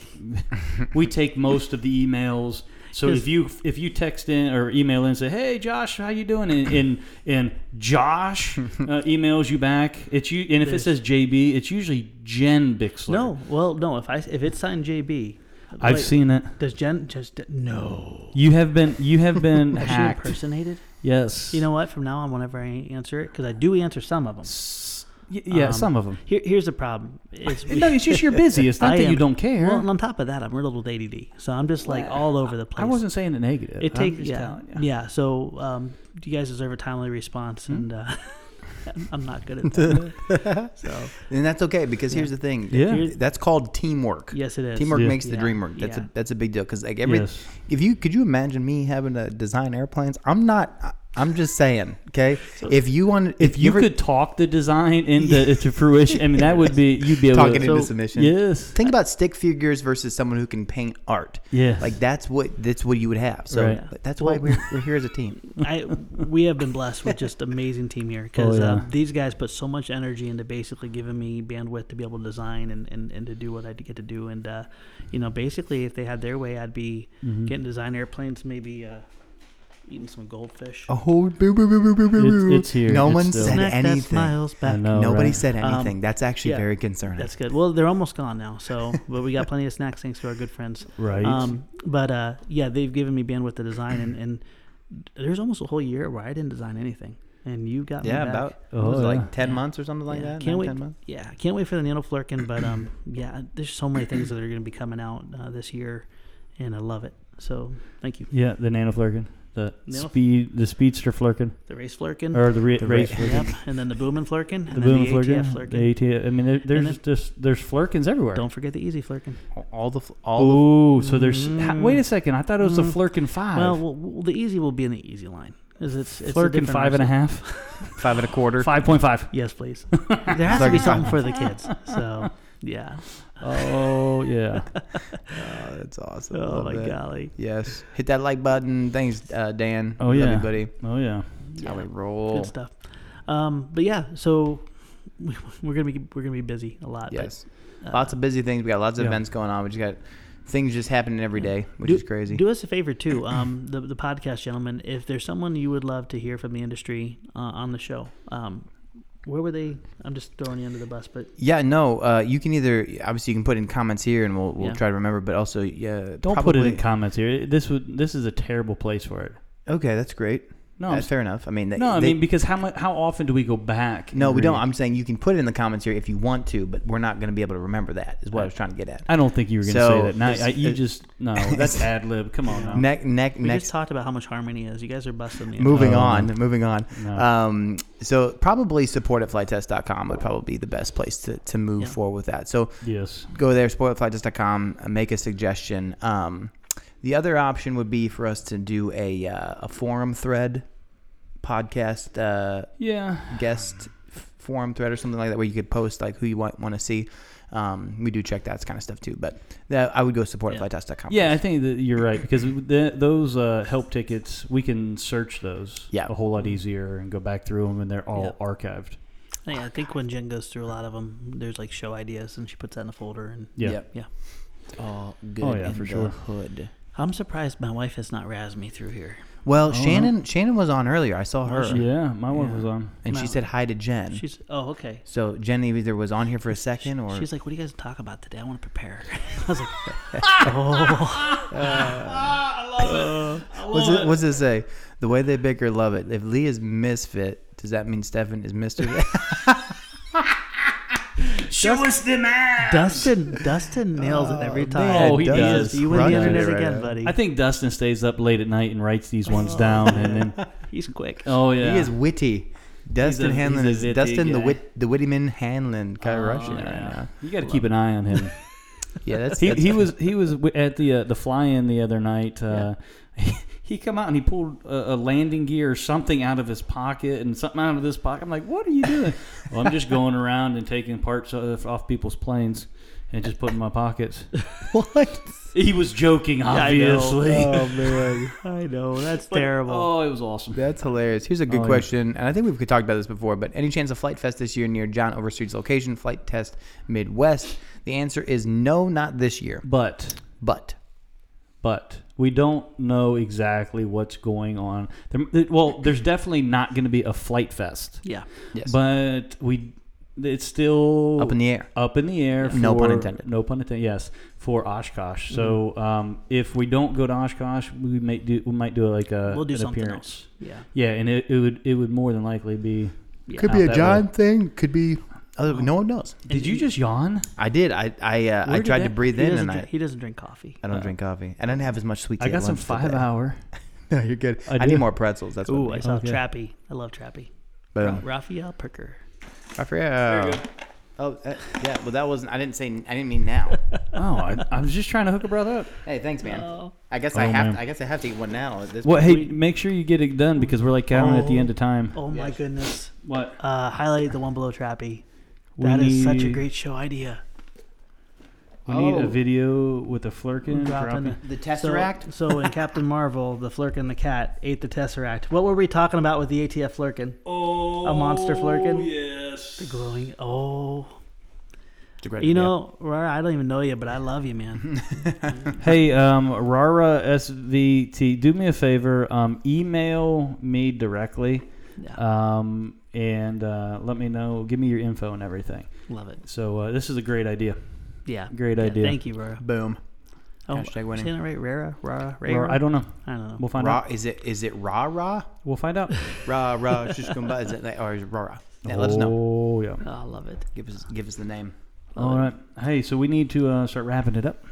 Speaker 3: we take most of the emails. So if you if you text in or email in and say, "Hey Josh, how you doing?" and and, and Josh uh, emails you back, it's you. And if it says JB, it's usually Jen Bixler.
Speaker 2: No, well, no. If I if it's signed JB,
Speaker 3: I've
Speaker 2: wait,
Speaker 3: seen it.
Speaker 2: Does Jen just no?
Speaker 3: You have been you have been
Speaker 2: Is she
Speaker 3: hacked.
Speaker 2: impersonated?
Speaker 3: Yes.
Speaker 2: You know what? From now on, whenever I answer it, because I do answer some of them.
Speaker 3: Y- yeah,
Speaker 2: um,
Speaker 3: some of them.
Speaker 2: Here, here's the problem. It's,
Speaker 3: No, it's just you're busy. It's not
Speaker 2: I
Speaker 3: that you
Speaker 2: am-
Speaker 3: don't care.
Speaker 2: Well, and on top of that, I'm riddled with ADD, so I'm just like all over the place.
Speaker 3: I wasn't saying it negative.
Speaker 2: It
Speaker 3: I'm
Speaker 2: takes
Speaker 3: just
Speaker 2: yeah,
Speaker 3: telling you.
Speaker 2: yeah. So um, you guys deserve a timely response,
Speaker 3: Hmm?
Speaker 2: and uh, I'm not good at that. so
Speaker 1: And that's okay because here's the thing.
Speaker 3: Yeah.
Speaker 1: Here's- that's called teamwork.
Speaker 2: Yes, it is.
Speaker 1: Teamwork
Speaker 3: Yeah.
Speaker 1: makes the
Speaker 2: Yeah.
Speaker 1: dream work. That's
Speaker 2: Yeah.
Speaker 1: a that's a big deal because like every
Speaker 3: Yes.
Speaker 1: if you could you imagine me having to design airplanes? I'm not. I- I'm just saying. Okay, if you want,
Speaker 3: If you
Speaker 1: ever-
Speaker 3: could talk the design into into fruition, I mean that would be you'd be able
Speaker 1: talking
Speaker 3: to
Speaker 1: into
Speaker 2: so-
Speaker 1: submission,
Speaker 3: Yes.
Speaker 1: Think about stick figures versus someone who can paint art.
Speaker 3: Yes.
Speaker 1: like that's what that's what you would have. So
Speaker 3: Right.
Speaker 1: but that's why
Speaker 2: Well-
Speaker 1: we're, we're here as a team.
Speaker 2: I we have been blessed with just amazing team here because
Speaker 3: Oh, yeah.
Speaker 2: uh, these guys put so much energy into basically giving me bandwidth to be able to design and, and, and to do what I get to do and uh, you know basically if they had their way I'd be
Speaker 3: Mm-hmm.
Speaker 2: getting design airplanes maybe uh, eating some goldfish.
Speaker 1: Oh, boo, boo, boo, boo, boo, boo,
Speaker 3: It's- it's here.
Speaker 1: No
Speaker 3: It's
Speaker 1: one
Speaker 3: still-
Speaker 1: said
Speaker 2: Snack that
Speaker 1: anything.
Speaker 2: smiles back.
Speaker 3: I know.
Speaker 1: Nobody
Speaker 3: right.
Speaker 1: said
Speaker 2: Um,
Speaker 1: anything. that's actually
Speaker 2: yeah.
Speaker 1: very concerning.
Speaker 2: That's good. Well, they're almost gone now, so but we got plenty of snacks thanks to our good friends.
Speaker 3: Right.
Speaker 2: Um, but uh, yeah, they've given me bandwidth to design, and, and there's almost a whole year where I didn't design anything, and you got
Speaker 1: yeah,
Speaker 2: me back.
Speaker 1: about
Speaker 3: Oh,
Speaker 1: was it,
Speaker 3: yeah.
Speaker 1: like ten months or something like
Speaker 2: yeah,
Speaker 1: that.
Speaker 2: can't
Speaker 1: nine,
Speaker 2: wait.
Speaker 1: 10 months?
Speaker 2: Yeah, can't wait for the Nano Flurkin. But um, yeah, there's so many things that are going to be coming out uh, this year, and I love it. So thank you.
Speaker 3: Yeah, the nano flurkin, the
Speaker 2: Nano-
Speaker 3: speed, the speedster flurkin,
Speaker 2: The race Flurkin.
Speaker 3: or the, ra-
Speaker 1: The ra-
Speaker 3: race flurkin,
Speaker 2: yep, and then the Boomin Flurkin, and
Speaker 3: the
Speaker 2: then
Speaker 3: boom
Speaker 2: the
Speaker 3: flurkin,
Speaker 2: ATF Flurkin.
Speaker 3: the ATF. I mean, there, there's
Speaker 2: then-
Speaker 3: just there's flurkins everywhere.
Speaker 2: Don't forget the Easy Flurkin.
Speaker 1: All the fl- all the
Speaker 3: Oh, so there's. ha- Wait a second. I thought it was the
Speaker 2: Mm.
Speaker 3: Flurkin five.
Speaker 2: Well, well, well, the Easy will be in the Easy line. 'cause It's, it's a
Speaker 3: Flurkin
Speaker 2: different
Speaker 3: five and a
Speaker 2: RC.
Speaker 3: half.
Speaker 1: five and a quarter.
Speaker 3: Five point five.
Speaker 2: Yes, please. There has to be
Speaker 1: Sorry.
Speaker 2: something for the kids. So, yeah.
Speaker 3: Oh yeah.
Speaker 1: Oh, that's awesome.
Speaker 2: Oh
Speaker 1: Love
Speaker 2: my
Speaker 1: that.
Speaker 2: golly.
Speaker 1: Yes. Hit that like button. Thanks, uh, Dan.
Speaker 3: Oh,
Speaker 1: Love
Speaker 3: yeah.
Speaker 1: you, buddy.
Speaker 3: Oh yeah.
Speaker 1: That's how
Speaker 2: Yeah.
Speaker 1: we roll.
Speaker 2: Good stuff. Um, but yeah, so we- we're gonna be we're gonna be busy a lot. but,
Speaker 1: Yes.
Speaker 2: Uh,
Speaker 1: lots of busy things. We got lots of
Speaker 3: Yeah.
Speaker 1: events going on. We just got things just happening every day, which
Speaker 2: do,
Speaker 1: is crazy.
Speaker 2: Do us a favor too, um, the the podcast gentlemen. If there's someone you would love to hear from the industry uh, on the show, um, where were they? I'm just throwing you under the bus, but
Speaker 1: yeah, no. Uh, you can either obviously you can put in comments here, and we'll we'll
Speaker 2: Yeah.
Speaker 1: try to remember. But also, yeah,
Speaker 3: Don't
Speaker 1: probably,
Speaker 3: put it in comments here. This would. This is a terrible place for it.
Speaker 1: Okay, that's great.
Speaker 3: No, I'm
Speaker 1: that's
Speaker 3: s-
Speaker 1: fair enough. I mean, they,
Speaker 3: no. I
Speaker 1: they-
Speaker 3: mean, because how much? How often do we go back? and
Speaker 1: no, we don't.
Speaker 3: read?
Speaker 1: I'm saying you can put it in the comments here if you want to, but we're not going to be able to remember that. Is what I was trying to get at.
Speaker 3: I don't think you were going to
Speaker 1: So,
Speaker 3: say that. Now,
Speaker 1: this-
Speaker 3: I, you
Speaker 1: it-
Speaker 3: just no. That's ad lib. Come on now.
Speaker 1: Neck, neck,
Speaker 2: we
Speaker 1: next
Speaker 2: just talked about how much harmony is. You guys are busting me.
Speaker 1: Moving
Speaker 3: No.
Speaker 1: on, moving on.
Speaker 3: No.
Speaker 1: Um, so probably support at flighttest.com would probably be the best place to, to move
Speaker 2: Yeah.
Speaker 1: forward with that. So
Speaker 3: Yes.
Speaker 1: go there, support at flighttest.com, uh, make a suggestion. Um, the other option would be for us to do a, uh, a forum thread podcast uh,
Speaker 3: Yeah.
Speaker 1: guest f- forum thread or something like that where you could post like who you want, want to see. Um, we do check that kind of stuff too, but that, I would go support
Speaker 2: Yeah.
Speaker 1: at flighttest.com.
Speaker 3: Yeah, I think that you're right because th- those uh, help tickets we can search those
Speaker 1: Yeah.
Speaker 3: a whole lot easier and go back through them and they're all
Speaker 2: Yeah.
Speaker 3: archived.
Speaker 2: Yeah, I think when Jen goes through a lot of them, there's like show ideas, and she puts that in a folder. And
Speaker 3: Yeah.
Speaker 1: Yep.
Speaker 2: yeah,
Speaker 1: All good
Speaker 3: Oh, yeah,
Speaker 1: in
Speaker 3: for
Speaker 1: the
Speaker 3: sure.
Speaker 1: hood.
Speaker 2: I'm surprised my wife has not razzed me through here.
Speaker 3: Oh,
Speaker 1: Well, Shannon Shannon was on earlier. I saw her,
Speaker 3: Yeah, my wife was on.
Speaker 1: and she said hi to Jen.
Speaker 2: She's oh okay.
Speaker 1: so Jen either was on here for a second, or
Speaker 2: She's like, "What do you guys talk about today? I want to prepare." I was like,
Speaker 1: what's it, what's it say? The way they bicker, love it. If Lee is misfit, does that mean Stefan is Mister?
Speaker 4: Show us the map.
Speaker 2: "Dustin, Dustin nails it every time."
Speaker 3: Oh, he does.
Speaker 2: You win the
Speaker 1: Crushes it
Speaker 2: internet
Speaker 1: right
Speaker 2: again,
Speaker 1: now.
Speaker 2: buddy.
Speaker 3: I think Dustin stays up late at night and writes these ones down, and then
Speaker 2: He's quick.
Speaker 3: oh yeah,
Speaker 1: Oh. He is witty. Dustin
Speaker 3: he's
Speaker 1: Hanlon
Speaker 3: a
Speaker 1: is
Speaker 3: witty
Speaker 1: Dustin the
Speaker 3: guy. Oh,
Speaker 1: wit the Wittyman Hanlon kind of Russian right
Speaker 3: yeah.
Speaker 1: now.
Speaker 3: You got to keep an eye on him.
Speaker 1: Yeah, that's
Speaker 3: he,
Speaker 1: that's-
Speaker 3: he was he was w- at the uh, the fly in the other night. Uh, he, come out and he pulled a, a landing gear or something out of his pocket and something out of this pocket. I'm like, what are you doing? well, I'm just going around and taking parts off, off people's planes and just putting in my pockets.
Speaker 1: what?
Speaker 3: He was joking,
Speaker 2: I know.
Speaker 3: obviously.
Speaker 1: Oh man,
Speaker 2: I know that's
Speaker 3: But-
Speaker 2: terrible.
Speaker 3: Oh, it was awesome.
Speaker 1: that's hilarious. Here's a good
Speaker 3: Oh, yeah.
Speaker 1: question, and I think we've talked about this before. But any chance of Flight Fest this year near John Overstreet's location, Flight Test Midwest? The answer is no, not this year.
Speaker 3: But
Speaker 1: But
Speaker 3: but we don't know exactly what's going on. There, well, there's definitely not going to be a flight fest.
Speaker 2: yeah,
Speaker 1: yes,
Speaker 3: But we, it's still
Speaker 1: up in the air.
Speaker 3: up in the air. For,
Speaker 1: No pun intended.
Speaker 3: No pun intended. Yes, for Oshkosh. So um, if we don't go to Oshkosh, we may do. We might do like a
Speaker 2: we'll do
Speaker 3: an
Speaker 2: something
Speaker 3: appearance.
Speaker 2: else. Yeah,
Speaker 3: Yeah, and it, it would it would more than likely be.
Speaker 2: yeah.
Speaker 1: Could
Speaker 3: be a Not that John
Speaker 1: thing. Could be. Oh, no one knows.
Speaker 3: Did you just yawn?
Speaker 1: I did. I I uh,
Speaker 3: Where
Speaker 1: I
Speaker 3: did
Speaker 1: tried to
Speaker 3: that-
Speaker 1: breathe
Speaker 2: he
Speaker 1: in,
Speaker 2: doesn't
Speaker 1: and
Speaker 2: drink,
Speaker 1: I
Speaker 2: he doesn't drink coffee.
Speaker 1: I don't drink coffee. Uh, I didn't have as much sweet.
Speaker 3: I
Speaker 1: tea
Speaker 3: got
Speaker 1: at
Speaker 3: some
Speaker 1: lunch today.
Speaker 3: five hour.
Speaker 1: No, you're good.
Speaker 3: I
Speaker 1: I,
Speaker 3: do.
Speaker 1: need more pretzels. That's
Speaker 2: Ooh,
Speaker 1: what.
Speaker 2: I
Speaker 1: I um,
Speaker 2: saw
Speaker 3: oh, Okay. Oh.
Speaker 2: Trappy. I love Trappy.
Speaker 1: Boom.
Speaker 2: Raphael Perker.
Speaker 1: Raphael. Oh, uh, yeah. Well, that wasn't. I didn't say. I didn't mean now.
Speaker 3: oh, I, I was just trying to hook a brother up.
Speaker 1: hey, thanks, man.
Speaker 2: Oh.
Speaker 1: I guess I
Speaker 3: Oh,
Speaker 1: have.
Speaker 3: man.
Speaker 1: To, I guess I have to eat one now. At this
Speaker 3: Well,
Speaker 1: point.
Speaker 3: hey, make sure you get it done because we're like counting at the
Speaker 2: Oh.
Speaker 3: end of time.
Speaker 2: Oh my goodness.
Speaker 3: What?
Speaker 2: Uh, highlight the one below Trappy. That is such a great show idea.
Speaker 3: We need a
Speaker 1: Oh.
Speaker 3: video with a
Speaker 2: Dropping
Speaker 3: flirkin. dropping.
Speaker 2: it.
Speaker 1: the
Speaker 2: So-
Speaker 1: Tesseract.
Speaker 2: So, in Captain Marvel, the Flurkin and the cat ate the Tesseract. What were we talking about with the ATF Flurkin?
Speaker 3: Oh,
Speaker 2: A monster flirkin?
Speaker 3: Yes.
Speaker 2: The glowing. Oh.
Speaker 1: It's a great
Speaker 2: You
Speaker 1: idea.
Speaker 2: know, Rara, I don't even know you, but I love you, man.
Speaker 3: Hey, um, Rara SVT, do me a favor. Um, email me directly
Speaker 2: Yeah,
Speaker 3: um, and uh, let me know. Give me your info and everything.
Speaker 2: love it.
Speaker 3: So uh, this is a great idea.
Speaker 2: Yeah.
Speaker 3: Great
Speaker 2: Yeah,
Speaker 3: idea.
Speaker 2: Thank you, Rara.
Speaker 1: Boom.
Speaker 2: Oh,
Speaker 1: Hashtag
Speaker 2: am I
Speaker 1: winning.
Speaker 2: Saying it right, Rara, Rara,
Speaker 3: Or
Speaker 2: Rara.
Speaker 3: I don't know.
Speaker 2: I don't know.
Speaker 3: We'll find
Speaker 1: Ra
Speaker 3: out.
Speaker 1: is it? Is it rah rah
Speaker 3: We'll find out.
Speaker 1: rah rah? Just come by. Is it like, or is it rah rah? Yeah, let us know.
Speaker 3: Oh yeah.
Speaker 2: Oh, I love it.
Speaker 1: Give us give us the name.
Speaker 3: All right. Hey, so we need to uh, start wrapping it up.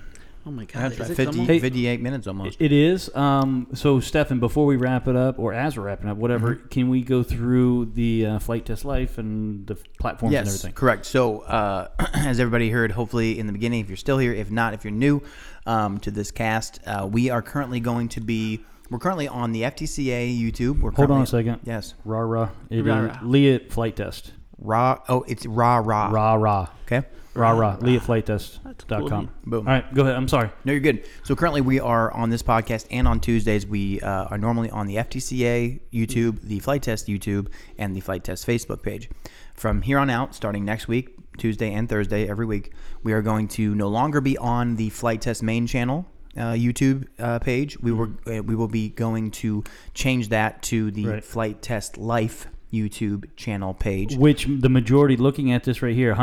Speaker 2: Oh my God. Is it
Speaker 1: Fifty
Speaker 2: someone-
Speaker 3: Hey.
Speaker 1: fifty eight minutes almost.
Speaker 3: It is. Um, so Stefan, before we wrap it up, or as we're wrapping up, whatever, can we go through the uh, flight test life and the platforms and everything?
Speaker 1: Correct. So, uh, as everybody heard, hopefully in the beginning, if you're still here, if not, if you're new um, to this cast, uh, we are currently going to be. We're currently on the FTCA YouTube. We're
Speaker 3: Hold on a
Speaker 1: currently-
Speaker 3: second.
Speaker 1: Yes.
Speaker 3: Rara. It is
Speaker 2: Rah, rah.
Speaker 3: Leah flight test.
Speaker 1: Ra. Oh, it's ra ra.
Speaker 3: Rah rah.
Speaker 1: Okay.
Speaker 3: Rah rah. Leah flight test. dot
Speaker 2: cool
Speaker 3: com.
Speaker 2: name.
Speaker 1: Boom.
Speaker 3: All right, go ahead. I'm sorry.
Speaker 1: No, you're good. So currently we are on this podcast and on Tuesdays we uh, are normally on the FTCA YouTube, the Flight Test YouTube, and the Flight Test Facebook page. From here on out, starting next week, Tuesday and Thursday every week, we are going to no longer be on the Flight Test main channel. Uh, YouTube uh, page. We were uh, we will be going to change that to the
Speaker 3: Right.
Speaker 1: Flight Test Life YouTube channel page.
Speaker 3: Which the majority looking at this right here,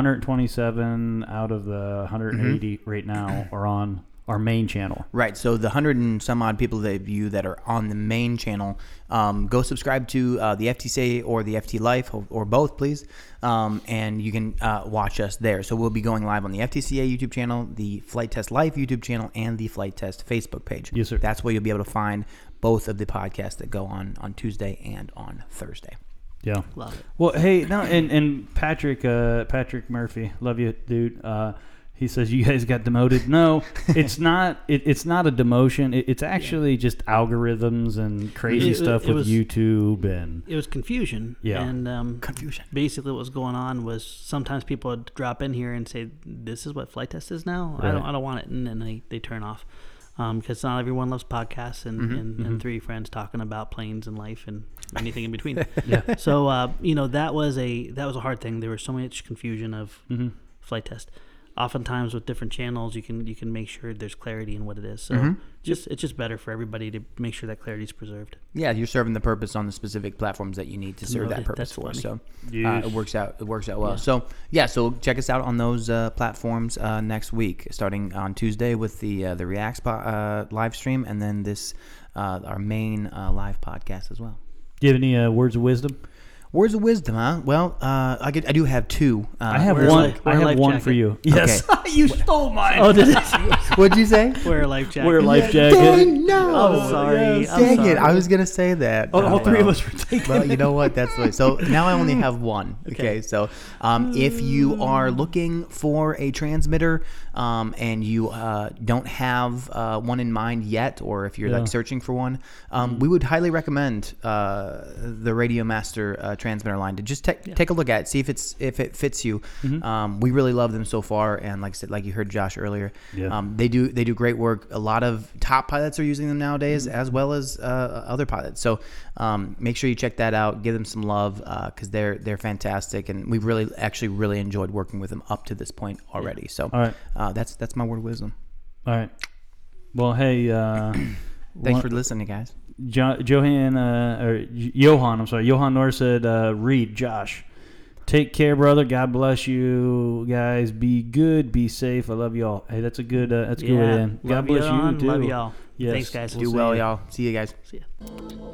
Speaker 3: 127 out of the 180 right now are on our main channel.
Speaker 1: Right. So the hundred and some odd people that view that are on the main channel, um, go subscribe to uh, the FTC or the FT Life or, or both, please, um, and you can uh, watch us there. So we'll be going live on the FTCA YouTube channel, the Flight Test Life YouTube channel, and the Flight Test Facebook page.
Speaker 3: Yes, sir.
Speaker 1: That's where you'll be able to find both of the podcasts that go on on Tuesday and on Thursday.
Speaker 3: Yeah.
Speaker 2: Love it.
Speaker 3: Well, hey, no, and and Patrick, uh, Patrick Murphy, love you, dude. Uh, he says you guys got demoted. No, it's not. It, it's not a demotion. It, it's actually just algorithms and crazy
Speaker 2: It- it-
Speaker 3: stuff
Speaker 2: it
Speaker 3: with
Speaker 2: was-
Speaker 3: YouTube and
Speaker 2: It was confusion.
Speaker 3: Yeah.
Speaker 2: And um, confusion. Basically, what was going on was sometimes people would drop in here and say, "This is what flight test is now. I don't,
Speaker 3: Right.
Speaker 2: I don't want it," and then they, they turn off because not everyone loves podcasts and,
Speaker 3: Mm-hmm,
Speaker 2: and, and three friends talking about planes and life and anything in between. yeah. So
Speaker 3: mm-hmm.
Speaker 2: uh, you know that was a that was a hard thing. There was so much confusion of flight test. oftentimes with different channels, you can you can make sure there's clarity in what it is. So
Speaker 3: Mm-hmm.
Speaker 2: just it's just better for everybody to make sure that clarity is preserved.
Speaker 1: Yeah, you're serving the purpose on the specific platforms that you need to serve that
Speaker 2: Okay,
Speaker 1: purpose
Speaker 2: that's
Speaker 1: for.
Speaker 2: funny.
Speaker 1: So
Speaker 3: Yes.
Speaker 1: uh, it works out. It works out well. So yeah, so check us out on those uh, platforms uh, next week, starting on Tuesday with the uh, the Reacts po- uh, live stream, and then this uh, our main uh, live podcast as well.
Speaker 3: Do you have any uh, words of wisdom?
Speaker 1: Words of wisdom, huh? Well, uh, I get I do have two. Uh,
Speaker 3: I have
Speaker 2: Wear a
Speaker 3: one.
Speaker 2: life-
Speaker 3: I
Speaker 2: wear a
Speaker 3: have
Speaker 2: life
Speaker 3: one
Speaker 2: jacket.
Speaker 3: for you. Yes, you stole mine.
Speaker 2: Oh, did it?
Speaker 1: What'd you say?
Speaker 2: Wear a life jacket.
Speaker 3: Wear a life jacket.
Speaker 1: Dang, no.
Speaker 3: Oh,
Speaker 2: I'm sorry.
Speaker 3: yes.
Speaker 2: I'm
Speaker 1: Dang
Speaker 2: sorry.
Speaker 1: it! I was gonna say that.
Speaker 3: Oh, all
Speaker 1: Oh,
Speaker 3: three of
Speaker 1: well.
Speaker 3: us were taking.
Speaker 1: well, you know what? That's what. So now I only have one. Okay. So um, if you
Speaker 3: Mm.
Speaker 1: are looking for a transmitter um, and you uh, don't have uh, one in mind yet, or if you're
Speaker 3: Yeah. Mm.
Speaker 1: like searching for one, um, we would highly recommend uh, the Radio Master uh, transmitter line to just take take a look at, it, see if it's if it fits you.
Speaker 3: Mm-hmm.
Speaker 1: Um, we really love them so far, and like I said, like you heard Josh earlier,
Speaker 3: Yeah.
Speaker 1: um, they do they do great work. A lot of top pilots are using them nowadays,
Speaker 3: Mm-hmm.
Speaker 1: as well as uh, other pilots. So um, make sure you check that out. Give them some love because they're they're fantastic, and we've really actually really enjoyed working with them up to this point already. So
Speaker 3: All right.
Speaker 1: uh, that's that's my word of wisdom.
Speaker 3: All right. Well, hey, uh,
Speaker 1: Thanks
Speaker 3: one-
Speaker 1: for listening, guys.
Speaker 3: Jo- Johan uh, or J- Johan. I'm sorry, Johan Nor said, uh, "Read Josh, take care, brother. God bless you guys. Be good, be safe. I love y'all. Hey, that's a good. Uh, that's a good. Way to
Speaker 2: Yeah.
Speaker 3: end. God
Speaker 2: Love
Speaker 3: bless
Speaker 2: y'all.
Speaker 3: you too.
Speaker 2: Love y'all.
Speaker 3: Yes.
Speaker 2: Thanks, guys.
Speaker 1: Do well, y'all. See you guys.
Speaker 2: See ya.